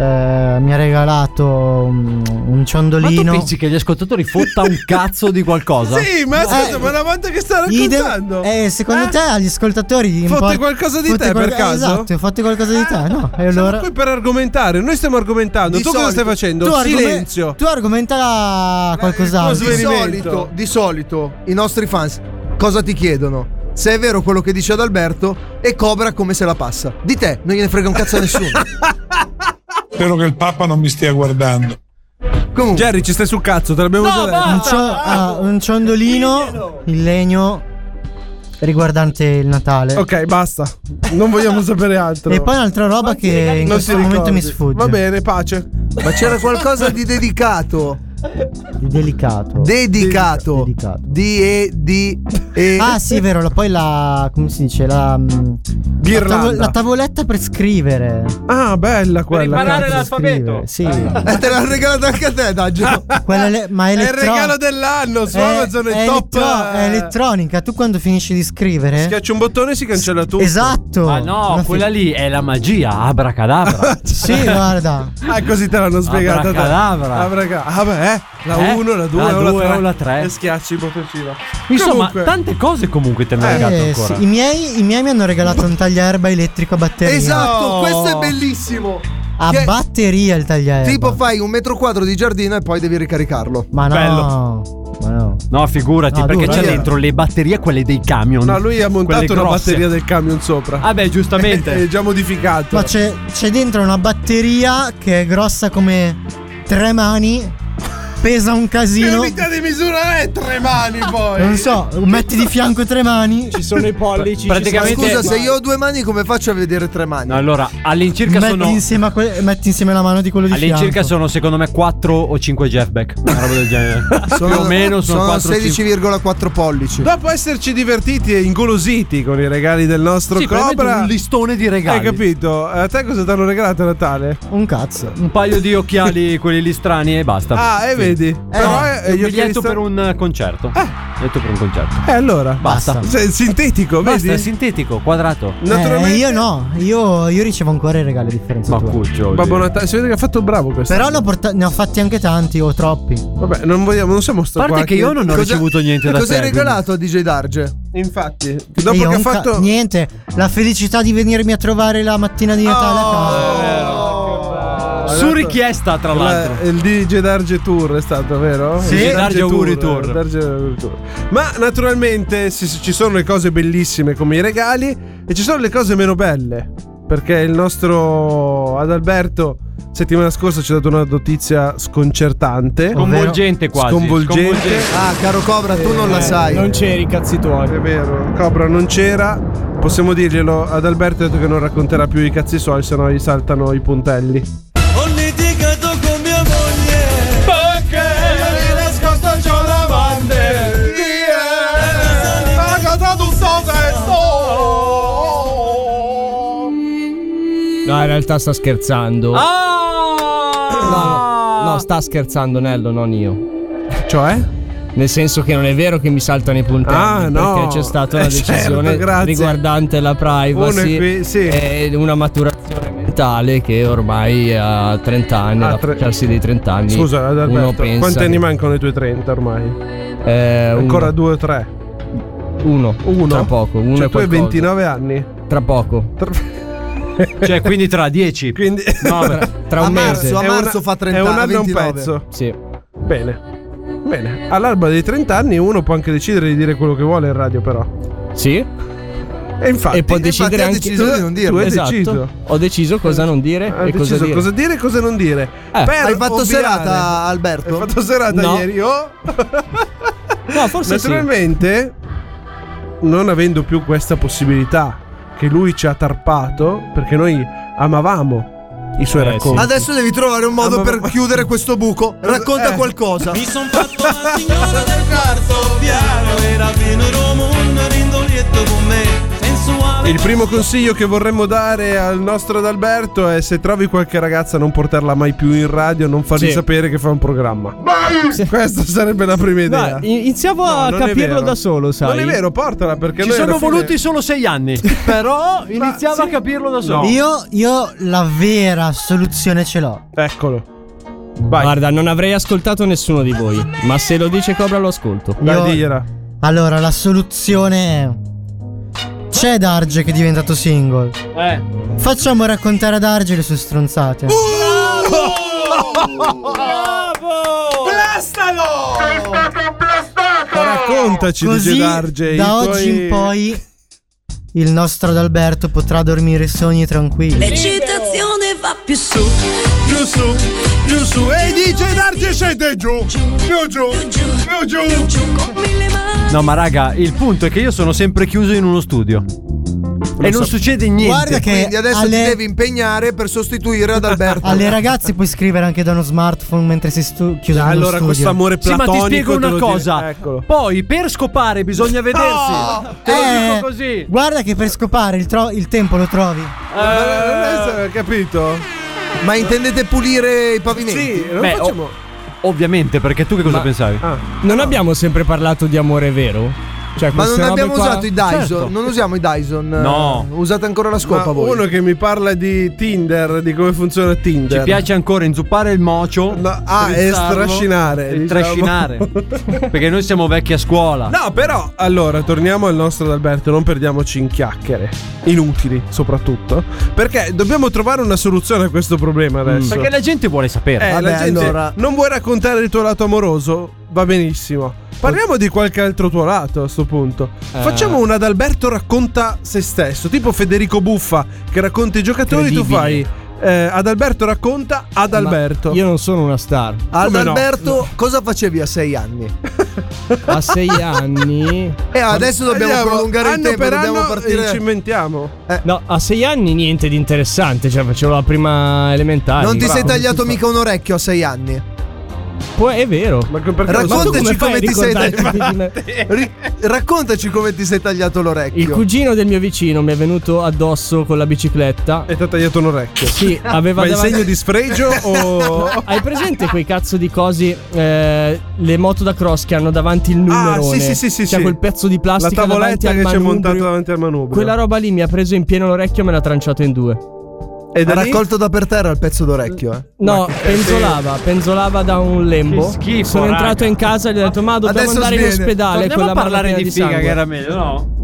Eh, mi ha regalato mm, un Ma tu ciondolino. pensi che gli ascoltatori fotta un cazzo di qualcosa? Sì, ma scusa, Eh, ma una volta che sta Gli de- raccontando. eh, secondo Eh? te agli ascoltatori Fotte importa- qualcosa di fotte te, per eh, caso? Esatto, fotte qualcosa di te, no? E Siamo allora qui per argomentare, noi stiamo argomentando. Di tu cosa stai solito- facendo? tu, argome- Silenzio. tu argomenta qualcos'altro. Di svenimento. solito, di solito i nostri fans cosa ti chiedono? Se è vero quello che dice ad Alberto e Cobra come se la passa. Di te non gliene frega un cazzo a nessuno. Spero che il Papa non mi stia guardando. Comunque, Jerry, ci stai sul cazzo, te l'abbiamo già detto. Un, cio- ah, un ciondolino in legno riguardante il Natale. Ok, basta. Non vogliamo sapere altro. Eh. E poi un'altra roba che in non si questo momento ricordi. mi sfugge. Va bene, pace. ma c'era qualcosa di dedicato. Di delicato. Dedicato. Dedicato. Di e di e Ah, sì, è vero, la- poi la. come si dice? La. mm, La, Ghirlanda. tavo- la tavoletta per scrivere. Ah, bella quella. imparare cazzo. l'alfabeto. Scrivere, Sì. Eh, te l'ha regalato anche a te, Daggio. Quella le- ma è È il elettro- regalo dell'anno su è- Amazon è, è top. elettro- è eh. elettronica. Tu quando finisci di scrivere. Schiacci un bottone e si cancella tutto. Esatto. Ma no, Una quella fi- lì è la magia, abracadabra. Sì, guarda. Ah, così te l'hanno spiegata. Abracadabra. Abracadabra. Eh? La Eh? 1, la 2, La o la due 3. o la tre. E schiacci proprio cima. Insomma, Comunque- tante cose comunque te ne hai Eh, regalato Eh, ancora. sì, i, miei, I miei mi hanno regalato un tagliaerba elettrico a batteria. Esatto, Oh. questo è bellissimo. A Che- batteria il tagliaerba. Tipo fai un metro quadro di giardino e poi devi ricaricarlo. Ma no. Bello. No, figurati, No, perché dura, c'è dura. dentro le batterie, quelle dei camion. No, lui ha montato Quelle una grosse. batteria Eh, del camion sopra. Ah, beh, giustamente. è già modificato. Ma c'è, c'è dentro una batteria che è grossa come tre mani, pesa un casino. Unità di misura è tre mani poi. Non so, metti di fianco tre mani. Ci sono i pollici. Praticamente- Scusa, se io ho due mani, come faccio a vedere tre eh. mani? No, allora, all'incirca Metti, sono. insieme a que- metti insieme la mano di quello di All'incirca fianco. sono secondo me 4 o 5 jetback. Una roba del genere. Più o meno sono, 4 o 5. 16,4 pollici. Dopo esserci divertiti e ingolositi con i regali del nostro Sì, veramente Cobra, un listone di regali. Hai capito? A te cosa ti hanno regalato a Natale? Un cazzo. Un paio di occhiali, quelli lì strani e basta. Ah, e Sì. vedi? Però no, eh, un gli occhiali biglietto sta- per un eh, concerto. Biglietto per un concerto. Eh, allora. Basta. Cioè, sintetico, Basta, è vedi? sintetico, quadrato. Eh, io no, io, io ricevo ancora i regali a differenza tua. Babbo Natale, si vede che ha fatto bravo questo. Però ne ho, porta- ne ho fatti anche tanti o troppi. Vabbè, non vogliamo, non siamo sto A parte qua che io non ho ricevuto niente da Cosa hai te, regalato a DJ Darge? Infatti, E dopo io che ha un ca- fatto. niente, la felicità di venirmi a trovare la mattina di Natale Oh! Ah, a Eh, casa. Su richiesta, tra l'altro. La- il DJ Darge Tour è stato, vero? Sì. Il DJ Darge Auguri Tour. eh, Darge Auguri Tour. Ma naturalmente se- se ci sono le cose bellissime come i regali e ci sono le cose meno belle. Perché il nostro Adalberto settimana scorsa ci ha dato una notizia sconcertante. Sconvolgente quasi, Sconvolgente. Eh, sconvolgente. Ah, caro Cobra, tu non la sai. Non c'eri, cazzi tuoi. È vero, Cobra non c'era. Possiamo dirglielo ad Alberto, ha detto che non racconterà più i cazzi suoi, sennò gli saltano i puntelli. Ho litigato con mia moglie Perché Ieri nascosto c'ho davanti Chi è? Ma cosa tu sto No, in realtà sta scherzando. Ah! No, no, no, sta scherzando Nello, non io. Cioè? Nel senso che non è vero che mi saltano i puntelli. Ah, no. Perché c'è stata una Eh, certo, decisione grazie. riguardante la Uno è privacy. qui, sì. E una maturazione mentale che ormai a 30 anni, Ah, ad tre- approcciarsi dei 30 anni. Scusa, uno Adalberto, pensa. quanti che- anni mancano i tuoi 30 ormai? Eh, Ancora uno. due o tre? Uno. Uno? Tra poco. Uno Cioè, e tu hai qualcosa. 29 anni? Tra poco. Cioè, quindi tra 10. Quindi No, tra, tra A un marzo, mese. a È marzo una- fa 30 È un anno e un 29. pezzo. Sì. Bene. Bene. All'alba dei 30 anni uno può anche decidere di dire quello che vuole in radio, però. Sì. E infatti, E può infatti decidere Eh, ha anche deciso di non dirlo. Tu hai Esatto. Eh, deciso. Ho deciso cosa non dire Ha e cosa deciso dire. cosa dire e cosa non dire. Eh. Per Hai fatto ovviare- serata, Alberto? Hai fatto serata No. ieri? Oh? No, forse sì. Naturalmente, non avendo più questa possibilità che lui ci ha tarpato, perché noi amavamo i suoi Eh, racconti. Adesso devi trovare un modo per chiudere questo buco. Racconta Eh. qualcosa. Mi son fatto la signora del quarto piano Era fino in Roma un rindolietto con me Sensuale Il primo consiglio che vorremmo dare al nostro Adalberto è se trovi qualche ragazza non portarla mai più in radio, non fargli Sì. sapere che fa un programma. Questa sarebbe la prima No, idea. iniziavo a non è capirlo vero. da solo, sai. Non è vero, portala perché Ci noi alla sono fine- voluti solo 6 anni. Però iniziavo a capirlo da solo. Io, io la vera soluzione ce l'ho. Eccolo. Guarda, non avrei ascoltato nessuno di voi, ma se lo dice Cobra lo ascolto. Io- Dai, digliela. Allora, la soluzione è. C'è Darge che è diventato single. Eh. Facciamo raccontare a Darge le sue stronzate. Uh! Blastalo! Sei stato blastato! Raccontaci Così, di Gedarge. da oggi in poi, il nostro Adalberto potrà dormire sogni tranquilli. L'eccitazione va più su, più su, più su E dice Darge scende giù, più giù, più giù Con mille mani No, ma raga, il punto è che io sono sempre chiuso in uno studio. e non succede niente. Guarda che Quindi adesso alle- ti devi impegnare per sostituire ad Alberto. Alle ragazze puoi scrivere anche da uno smartphone mentre sei stu- chiuso nello Allora, studio. questo amore Sì, ma platonico. ti spiego te una lo cosa. dire- Eccolo. Poi per scopare bisogna vedersi. Te lo Eh, dico così. Guarda che per scopare il, tro- il tempo lo trovi. Eh. Ma Eh, non hai capito? Ma intendete pulire i pavimenti? Sì, non Beh, facciamo. Ovviamente, perché tu che cosa pensavi? Ah. Non abbiamo sempre parlato di amore vero? Cioè, Ma queste non robe abbiamo qua- usato i Dyson, Certo. non usiamo i Dyson. No. eh, Usate ancora la scopa Ma voi. uno che mi parla di Tinder, di come funziona Tinder. Ci piace ancora inzuppare il mocio. Certo. ah, e strizzarlo, strascinare, E diciamo. Trascinare. Perché noi siamo vecchi a scuola. No, però, allora, torniamo al nostro Adalberto, non perdiamoci in chiacchiere, inutili soprattutto, perché dobbiamo trovare una soluzione a questo problema Mm. adesso. Perché la gente vuole sapere. Eh, la gente non vuoi raccontare il tuo lato amoroso? Va benissimo. Parliamo di qualche altro tuo lato a sto punto. Eh. Facciamo un Adalberto racconta se stesso, tipo Federico Buffa che racconta i giocatori, tu Credibile. fai eh, Adalberto racconta Adalberto. Ma Io non sono una star. Come Adalberto, no? cosa facevi a sei anni? A sei anni. E Eh, adesso dobbiamo prolungare il tempo, dobbiamo partire. eh, ci inventiamo. No, a sei anni niente di interessante. Cioè, facevo la prima elementare. non ti sei Bravo. tagliato mica un orecchio a sei anni. Poi è vero. Ma Raccontaci come, ti sei tagliato. Ri- raccontaci come ti sei tagliato l'orecchio. Il cugino del mio vicino mi è venuto addosso con la bicicletta. E ti ha tagliato un orecchio. Sì, aveva Ma in davanti- segno di sfregio o- Hai presente quei cazzo di cosi, eh, le moto da cross che hanno davanti il numerone? Ah, sì, sì, sì, sì, C'è sì. quel pezzo di plastica La davanti tavoletta al che c'è manubrio. montata davanti al manubrio. Quella roba lì mi ha preso in pieno l'orecchio e me l'ha tranciato in due. E Ha raccolto da per terra il pezzo d'orecchio. Eh. No, penzolava, penzolava da un lembo. Che schifo, Sono raga. entrato in casa e gli ho detto: Ma dobbiamo Adesso andare in sviene. ospedale Torniamo con la a parlare mano piena di di figa, sangue. che era meglio, no?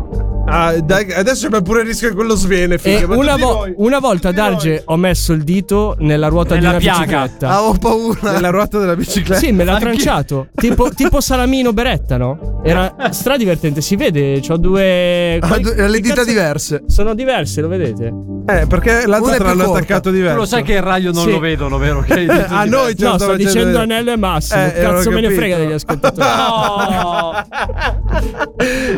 Ah, dai, adesso c'è pure il rischio che quello sviene. E Figa, ma una, tutti vo- noi- una volta ad Arge ho messo il dito nella ruota Nella di una piaga. bicicletta. Ah, ho paura. Nella ruota della bicicletta. Sì, me l'ha Anch'io. tranciato. Tipo, tipo Salamino Beretta, no? Era stradivertente. Si vede, ho due. Ha due- le dita diverse. Sono diverse, lo vedete? Eh, perché l'altra te l'hanno attaccato diverso. Tu lo sai che il raglio non Sì. lo vedono, vero? Che hai detto a di- noi ce lo No, sto stava facendo dicendo vedere. Anello e Massimo. Eh, eh, non ho Cazzo me ne capito. frega degli ascoltatori.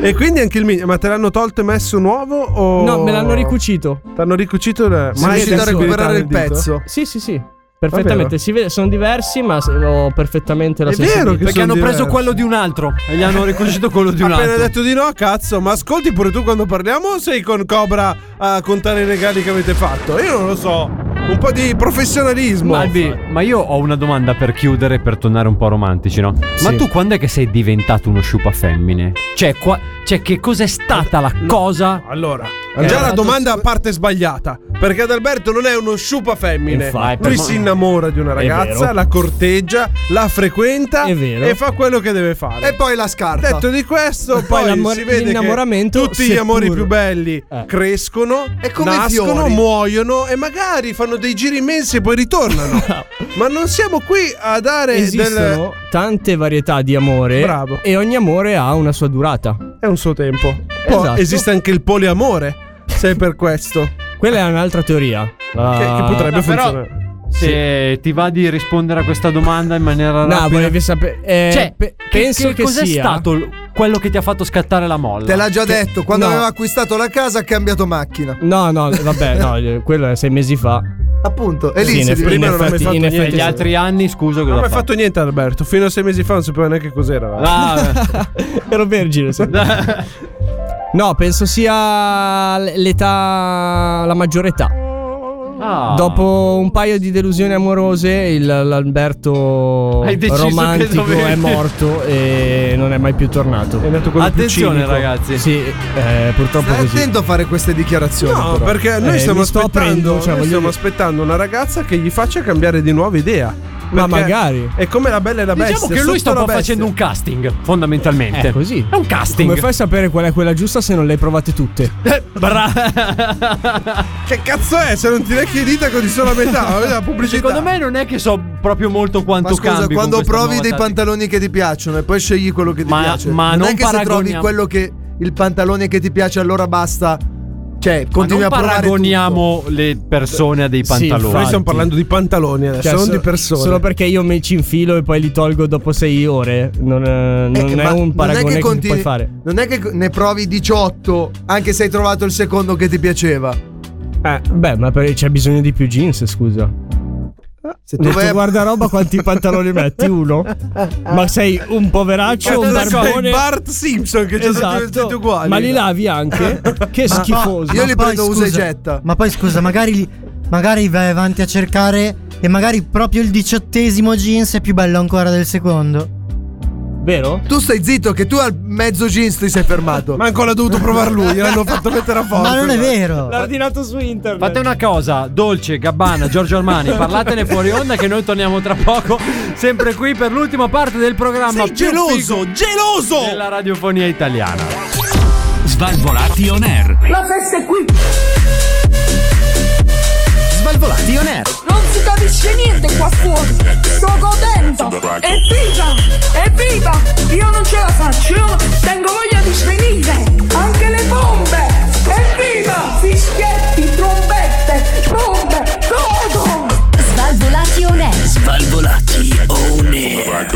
E quindi anche il mini. Ma te l'hanno tolto e messo nuovo? O... No, me l'hanno ricucito. Ti hanno ricucito. La... Si vede riuscito a solo. recuperare il pezzo. Sì, sì, sì. Perfettamente, Davvero? si vede, sono diversi, ma sono perfettamente la È stessa. vero che Perché hanno preso quello di un altro e gli hanno ricucito quello di un Appena altro. detto di no, cazzo, ma ascolti pure tu quando parliamo o sei con Cobra a contare i regali che avete fatto? Io non lo so. Un po' di professionalismo. Albi, ma io ho una domanda per chiudere e per tornare un po' romantici, no? Ma Sì. tu quando è che sei diventato uno sciupa femmine? Cioè, qua- cioè che cos'è stata la cosa? Allora, Eh, già la dato- domanda a parte sbagliata. Perché Adalberto non è uno sciupa femmine. Infatti. Lui si innamora di una ragazza, vero. la corteggia, la frequenta e fa quello che deve fare. E poi la scarta. Detto di questo, E poi, poi l'ammor- si vede che l'innamoramento, tutti gli seppur- amori più belli Eh. crescono, È come i nascono, fiori. muoiono e magari fanno dei giri immensi e poi ritornano. Ma non siamo qui a dare Esistono del. tante varietà di amore. Bravo. E ogni amore ha una sua durata. È un suo tempo. Poi Esatto. esiste anche il poliamore, se è per questo. Quella è un'altra teoria. Che- che potrebbe No, però- funzionare. Se ti va di rispondere a questa domanda in maniera No, rapida. volevi sapere. eh, Cioè, pe- penso che, cos'è sia. stato l- quello che ti ha fatto scattare la molla? Te l'ha già Che- detto, quando No. aveva acquistato la casa ha cambiato macchina. No, no, vabbè, no, eh, quello è sei mesi fa. Appunto, e Sì, lì in si effetti- vede. in effetti- in effetti sì. anni, scusa, Non cosa mi hai fa? fatto niente, Alberto. Fino a sei mesi fa non sapevo neanche cos'era. Ah, Ah, Ero vergine. sì. no, penso sia l- l'età. la maggiore età. Ah. Dopo un paio di delusioni amorose, il- l'Alberto Hai deciso che romantico dovevi. è morto e non è mai più tornato. È nato quello più Attenzione, cinico. ragazzi. Sì, eh, purtroppo Stai così. attento a fare queste dichiarazioni. No, però. perché noi Eh, stiamo, mi sto aprendo, aspettando, cioè, noi voglio stiamo dire- aspettando una ragazza che gli faccia cambiare di nuovo idea. Ma Perché magari. È come la bella e la bestia. Diciamo che lui sotto sta la un po' bestia. facendo un casting, fondamentalmente. È così. È un casting. Eh, Come fai a sapere qual è quella giusta se non le hai provate tutte? Che cazzo è se non ti lecchi le dita così solo a metà? Vedi la pubblicità. Secondo me non è che so proprio molto Ma quanto scusa, cambi quando con questa provi nuova dei tattica. pantaloni che ti piacciono e poi scegli quello che ti Ma- piace. ma non, non è che se trovi paragoniamo- quello che il pantalone che ti piace allora basta. Cioè, continui non a provare paragoniamo le persone a dei Sì, pantaloni. infatti. Noi stiamo parlando di pantaloni adesso, Cioè, non so- di persone. Solo perché io mi ci infilo e poi li tolgo dopo sei ore. Non, eh, Eh, non è ma un paragone che, puoi continui- fare. Non è che ne provi 18 anche se hai trovato il secondo che ti piaceva. Eh. Beh, ma per- c'è bisogno di più jeans, scusa. Se tu tu vai- vai... guarda roba quanti pantaloni metti? Uno? Ma sei un poveraccio, un Guarda la cosa, Cioè, barbone. Esatto. è Bart Simpson che ci sono tutti- tutti uguali. Ma li lavi anche? Che Ma- schifoso. ma poi, scusa, Ma poi scusa, magari, li- magari vai avanti a cercare e magari proprio il diciottesimo jeans è più bello ancora del secondo. Vero? Tu stai zitto che tu al mezzo jeans ti sei fermato. Ma ancora l'ha dovuto provare lui, gliel'hanno fatto mettere a forza. L'ha ordinato su internet. Fate una cosa, Dolce, Gabbana, Giorgio Armani, parlatene fuori onda che noi torniamo tra poco, sempre qui per l'ultima parte del programma. Sei geloso, geloso! Della radiofonia italiana. Svalvolati on air. La festa è qui! Svalvolati on air. Non si capisce niente qua fuori! Sto godendo! Evviva! Evviva! Io non ce la faccio! Io tengo voglia di svenire! Anche le bombe! Evviva! Fischietti, trombette, bombe! Godo! Svalvolati on air. Svalvolati on air.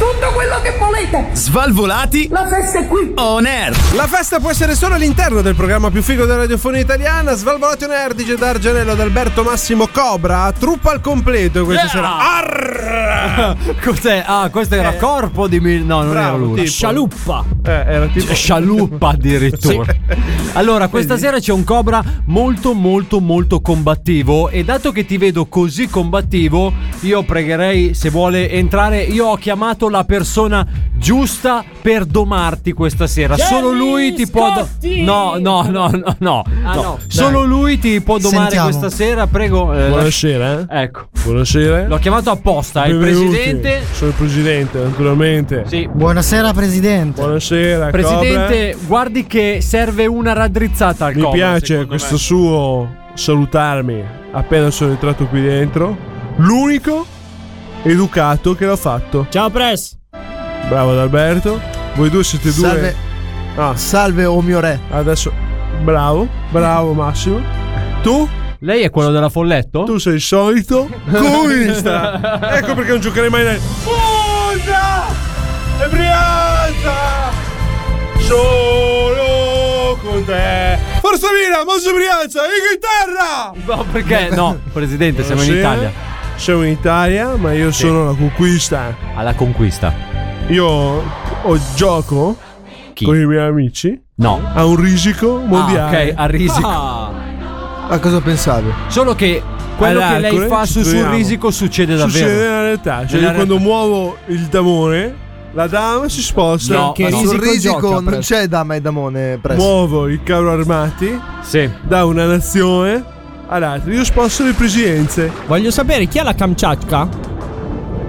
Tutto quello che volete! Svalvolati. La festa è qui. On air. La festa può essere solo all'interno del programma più figo della radiofonia italiana. Svalvolati on air di Gedar Gianello ad Alberto Massimo Cobra. Truppa al completo questa Yeah. sera. Cos'è? Ah, questo era corpo di mil... No, non era lui. Scialuppa. era Cioè, tipo scialuppa addirittura. Allora, questa sera c'è un Cobra molto molto molto combattivo e dato che ti vedo così combattivo, io pregherei se vuole entrare, io ho chiamato la persona giusta per domarti questa sera. Jerry Solo lui ti può do- Scotti! No, no, no, no, no. Ah, no. no. Solo Dai. lui ti può domare Sentiamo. questa sera, prego. eh, Buonasera. Ecco. Buonasera. L'ho chiamato apposta, eh, il Benvenuti. presidente Sono il presidente, naturalmente. Sì. Buonasera presidente. Buonasera, Presidente, guardi che serve una raddrizzata al Cobra. Mi Cobra, piace secondo questo me. suo salutarmi appena sono entrato qui dentro. L'unico educato che l'ha fatto. Cioè- Ciao Press. Bravo Alberto. Voi due siete due. Salve. Ah. Salve, o mio re. Adesso. Bravo, bravo Massimo. Tu? Lei è quello della Folletto? Tu sei il solito comunista. ecco perché non giocherei mai nel. Puglia e Brianza solo con te. Forza Mina, Monza Brianza, Inghilterra! No, perché no, Presidente, siamo in Buonasera. Italia. Siamo in Italia, ma io sono la conquista. Alla conquista. Io ho gioco con i miei amici No. Ah, a un risico mondiale. ok, a risico. A cosa pensavi? Solo che quello che lei All'Arcore fa ci su sul troviamo. risico succede davvero. Succede nella realtà. Cioè, Nella io quando muovo il damone, la dama si sposta. No, ma sul risico non c'è dama e damone presso. Muovo i carro armati sì. da una nazione all'altra. Io sposto le presidenze. Voglio sapere chi è la Kamchatka?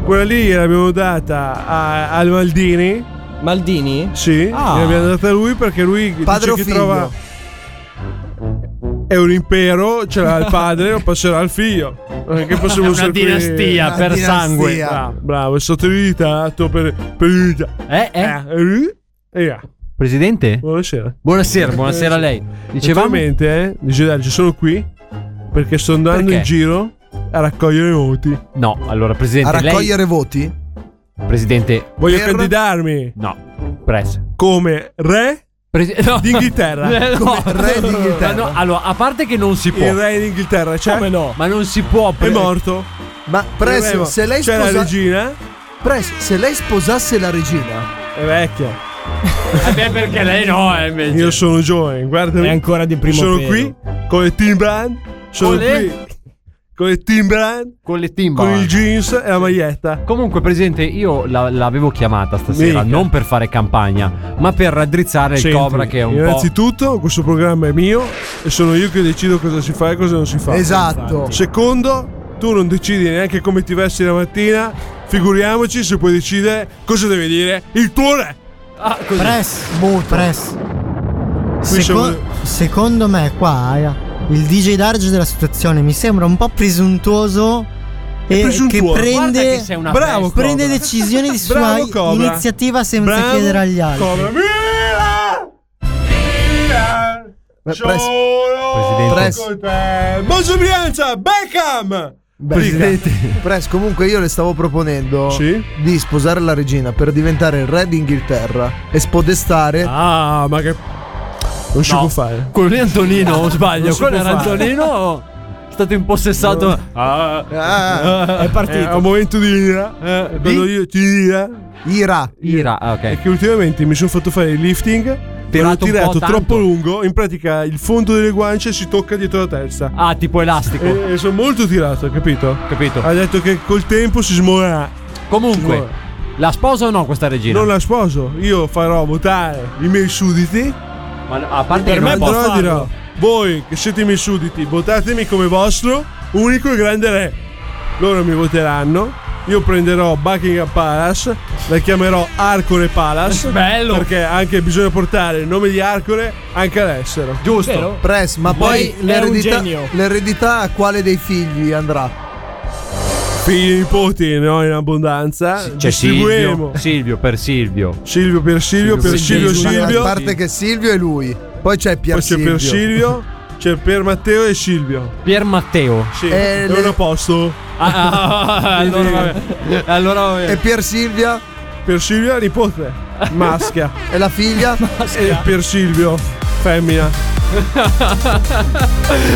Quella lì l'abbiamo data a- al Maldini. Maldini? Sì, Ah. l'abbiamo data a lui perché lui Padre o dice che figlio? trova. È un impero, ce l'ha il padre, lo passerà al figlio. Eh, Che possiamo È una usare qui? dinastia Una per dinastia. sangue. Bra- bravo, è stato evitato per, per vita. Eh, eh. eh, eh, eh. Presidente? Buonasera. Buonasera, buonasera a lei. Dicevamo- Naturalmente, eh, dice Dario, sono qui perché sto andando Perché? in giro a raccogliere voti. No, allora A Presidente, lei raccogliere voti? Presidente, Voglio Per- candidarmi no, press. come re d'Inghilterra. Eh, no. Come re d'Inghilterra. Ma no, allora, a parte che non si può. Oh. Il re d'Inghilterra, cioè, Come no? Ma non si può è pre- morto. Ma presso, Prego, se lei c'è la sposa- regina, Presso, se lei sposasse la regina, è vecchia. Eh beh, perché lei no, eh, invece. Io sono giovane, guardami. È ancora di primo Sono pelo. qui con le Timbrand. Sono Con le- qui con le Timbrand, Con le timbali. con il jeans e la maglietta. Comunque, presidente, io la- l'avevo chiamata stasera Mica. non per fare campagna, ma per raddrizzare il Senti, Cobra che è un po'. Innanzitutto, questo programma è mio e sono io che decido cosa si fa e cosa non si fa. esatto. Secondo, tu non decidi neanche come ti vesti la mattina. Figuriamoci se puoi decidere cosa deve dire il tuo re. Ah, così. Press, boh, press. Seco- siamo- Secondo me qua eh, il DJ Darge della situazione mi sembra un po' presuntuoso È e presuntuoso. che Guarda prende, che Eh, sei una Bravo, bestia. prende Cobra. decisioni di sua Bravo, Cobra. iniziativa senza Bravo, chiedere agli altri. Cobra. Milan! Milan! Ma Solo pres- Presidente. con te. Bonzo Brianza, Beckham! Presidente, Press, comunque io le stavo proponendo Sì? di sposare la regina per diventare il re d'Inghilterra e spodestare. Ah, ma che... Non si può fare. Quello lì è Antonino, o sbaglio. Non si Quello può era fare. Antonino. È stato impossessato. Ah, Ah, È partito. Eh, È un momento di ira. eh, Quando di- io ti ira... Ira. Ira, ah, È ok. che ultimamente mi sono fatto fare il lifting... Però ho Tirato un po' tirato tanto. troppo lungo, in pratica il fondo delle guance si tocca dietro la testa. Ah, tipo elastico. E, e sono molto tirato, capito? Capito. Ha detto che col tempo si smorerà. Comunque, Signore. La sposa o no questa regina? Eh, Non la sposo, io farò votare i miei sudditi. Ma a parte che per me non può però farlo. Eh, dirò: voi che siete i miei sudditi, votatemi come vostro unico e grande re. Loro mi voteranno. Io prenderò Buckingham Palace, la chiamerò Arcore Palace. Bello! Perché anche bisogna portare il nome di Arcore anche all'estero. Giusto. Vero? Press, ma poi Lei era un l'eredità, genio. l'eredità a quale dei figli andrà? Figli e nipoti ne ho in abbondanza. C'è Distribuiamo. Silvio, Silvio per Silvio. Silvio per Silvio, per Silvio Silvio. A parte che Silvio è lui. Poi c'è Pier Poi c'è Silvio. per Silvio, c'è per Matteo e Silvio. Pier Matteo. Sì, Eh, è le- un apposto. allora vabbè. E Pier Silvia? Per Silvia nipote, maschia. e la figlia? E per Silvio, femmina.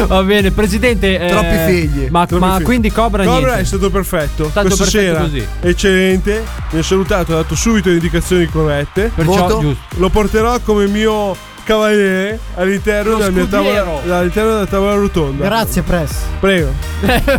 Va bene, presidente. eh, Troppi figli. Ma, Troppi ma figli. quindi Cobra, Cobra niente. è stato perfetto. Stato Questa perfetto sera così. eccellente. Mi ha salutato, ha dato subito le indicazioni corrette. Perciò, Voto? giusto. lo porterò come mio cavaliere all'interno, Lo della mia tavola, scudiero. all'interno della tavola rotonda. Grazie, Press. Prego.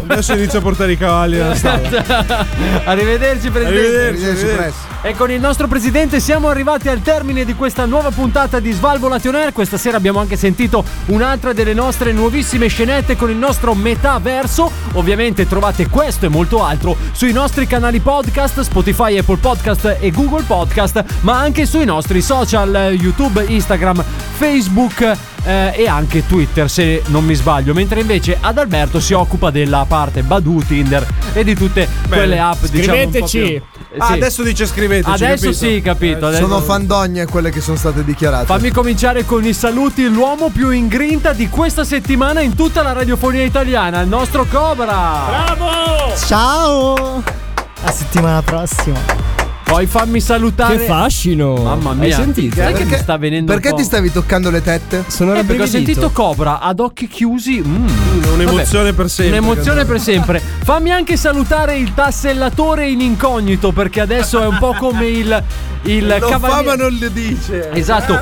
Adesso inizio a portare i cavalli alla Esatto, stalla. Arrivederci, presidente. Arrivederci, Arrivederci, presto. E con il nostro presidente siamo arrivati al termine di questa nuova puntata di Svalvo Lation Air. Questa sera abbiamo anche sentito un'altra delle nostre nuovissime scenette con il nostro metaverso. Ovviamente trovate questo e molto altro sui nostri canali podcast, Spotify, Apple Podcast e Google Podcast, ma anche sui nostri social, eh, YouTube, Instagram, Facebook. eh, e anche Twitter se non mi sbaglio mentre invece Adalberto si occupa della parte Badu, Tinder e di tutte quelle app diciamo un po' più- Eh, Ah, sì. adesso dice scriveteci. Adesso capito? sì, capito. Eh, Adesso- Sono fandogne quelle che sono state dichiarate. Fammi cominciare con i saluti, l'uomo più in grinta di questa settimana in tutta la radiofonia italiana, il nostro Cobra. Bravo! Ciao! A settimana prossima. Poi fammi salutare. Che fascino! Mamma mia. Hai sentito? Sai che Perché- mi sta venendo un Perché po'? ti stavi toccando le tette? Sono Eh, perché ho sentito Cobra ad occhi chiusi. mm. Un'emozione Vabbè, per sempre. Un'emozione per sempre. Fammi anche salutare il tassellatore in incognito perché adesso è un po' come il, il Lo fa cavaliere. ma non le dice. Esatto,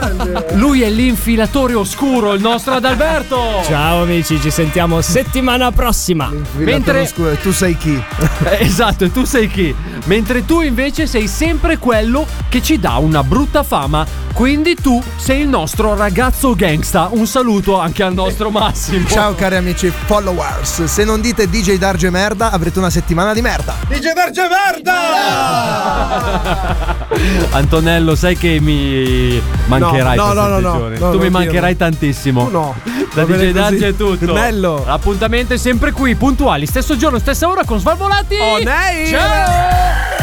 lui è l'infilatore oscuro, il nostro Adalberto. Ciao amici, ci sentiamo settimana prossima. Mentre- Scusa, tu sai chi? Eh, Esatto, e tu sei chi? Mentre tu invece sei sempre quello che ci dà una brutta fama. Quindi tu sei il nostro ragazzo gangsta. Un saluto anche al Eh, nostro Massimo. Ciao cari amici followers, se non dite DJ Darge merda avrete una settimana di merda. Dice Verge Verda! Antonello, sai che mi mancherai. No, no, no, questi no, no, giorni. no, tu mi non mancherai dirlo. tantissimo. Tu no. Da Va bene DJ Dazzi così. è tutto. Ah. Bello. Appuntamento è sempre qui, puntuali, stesso giorno, stessa ora con Svalvolati. Oh, nei! Ciao!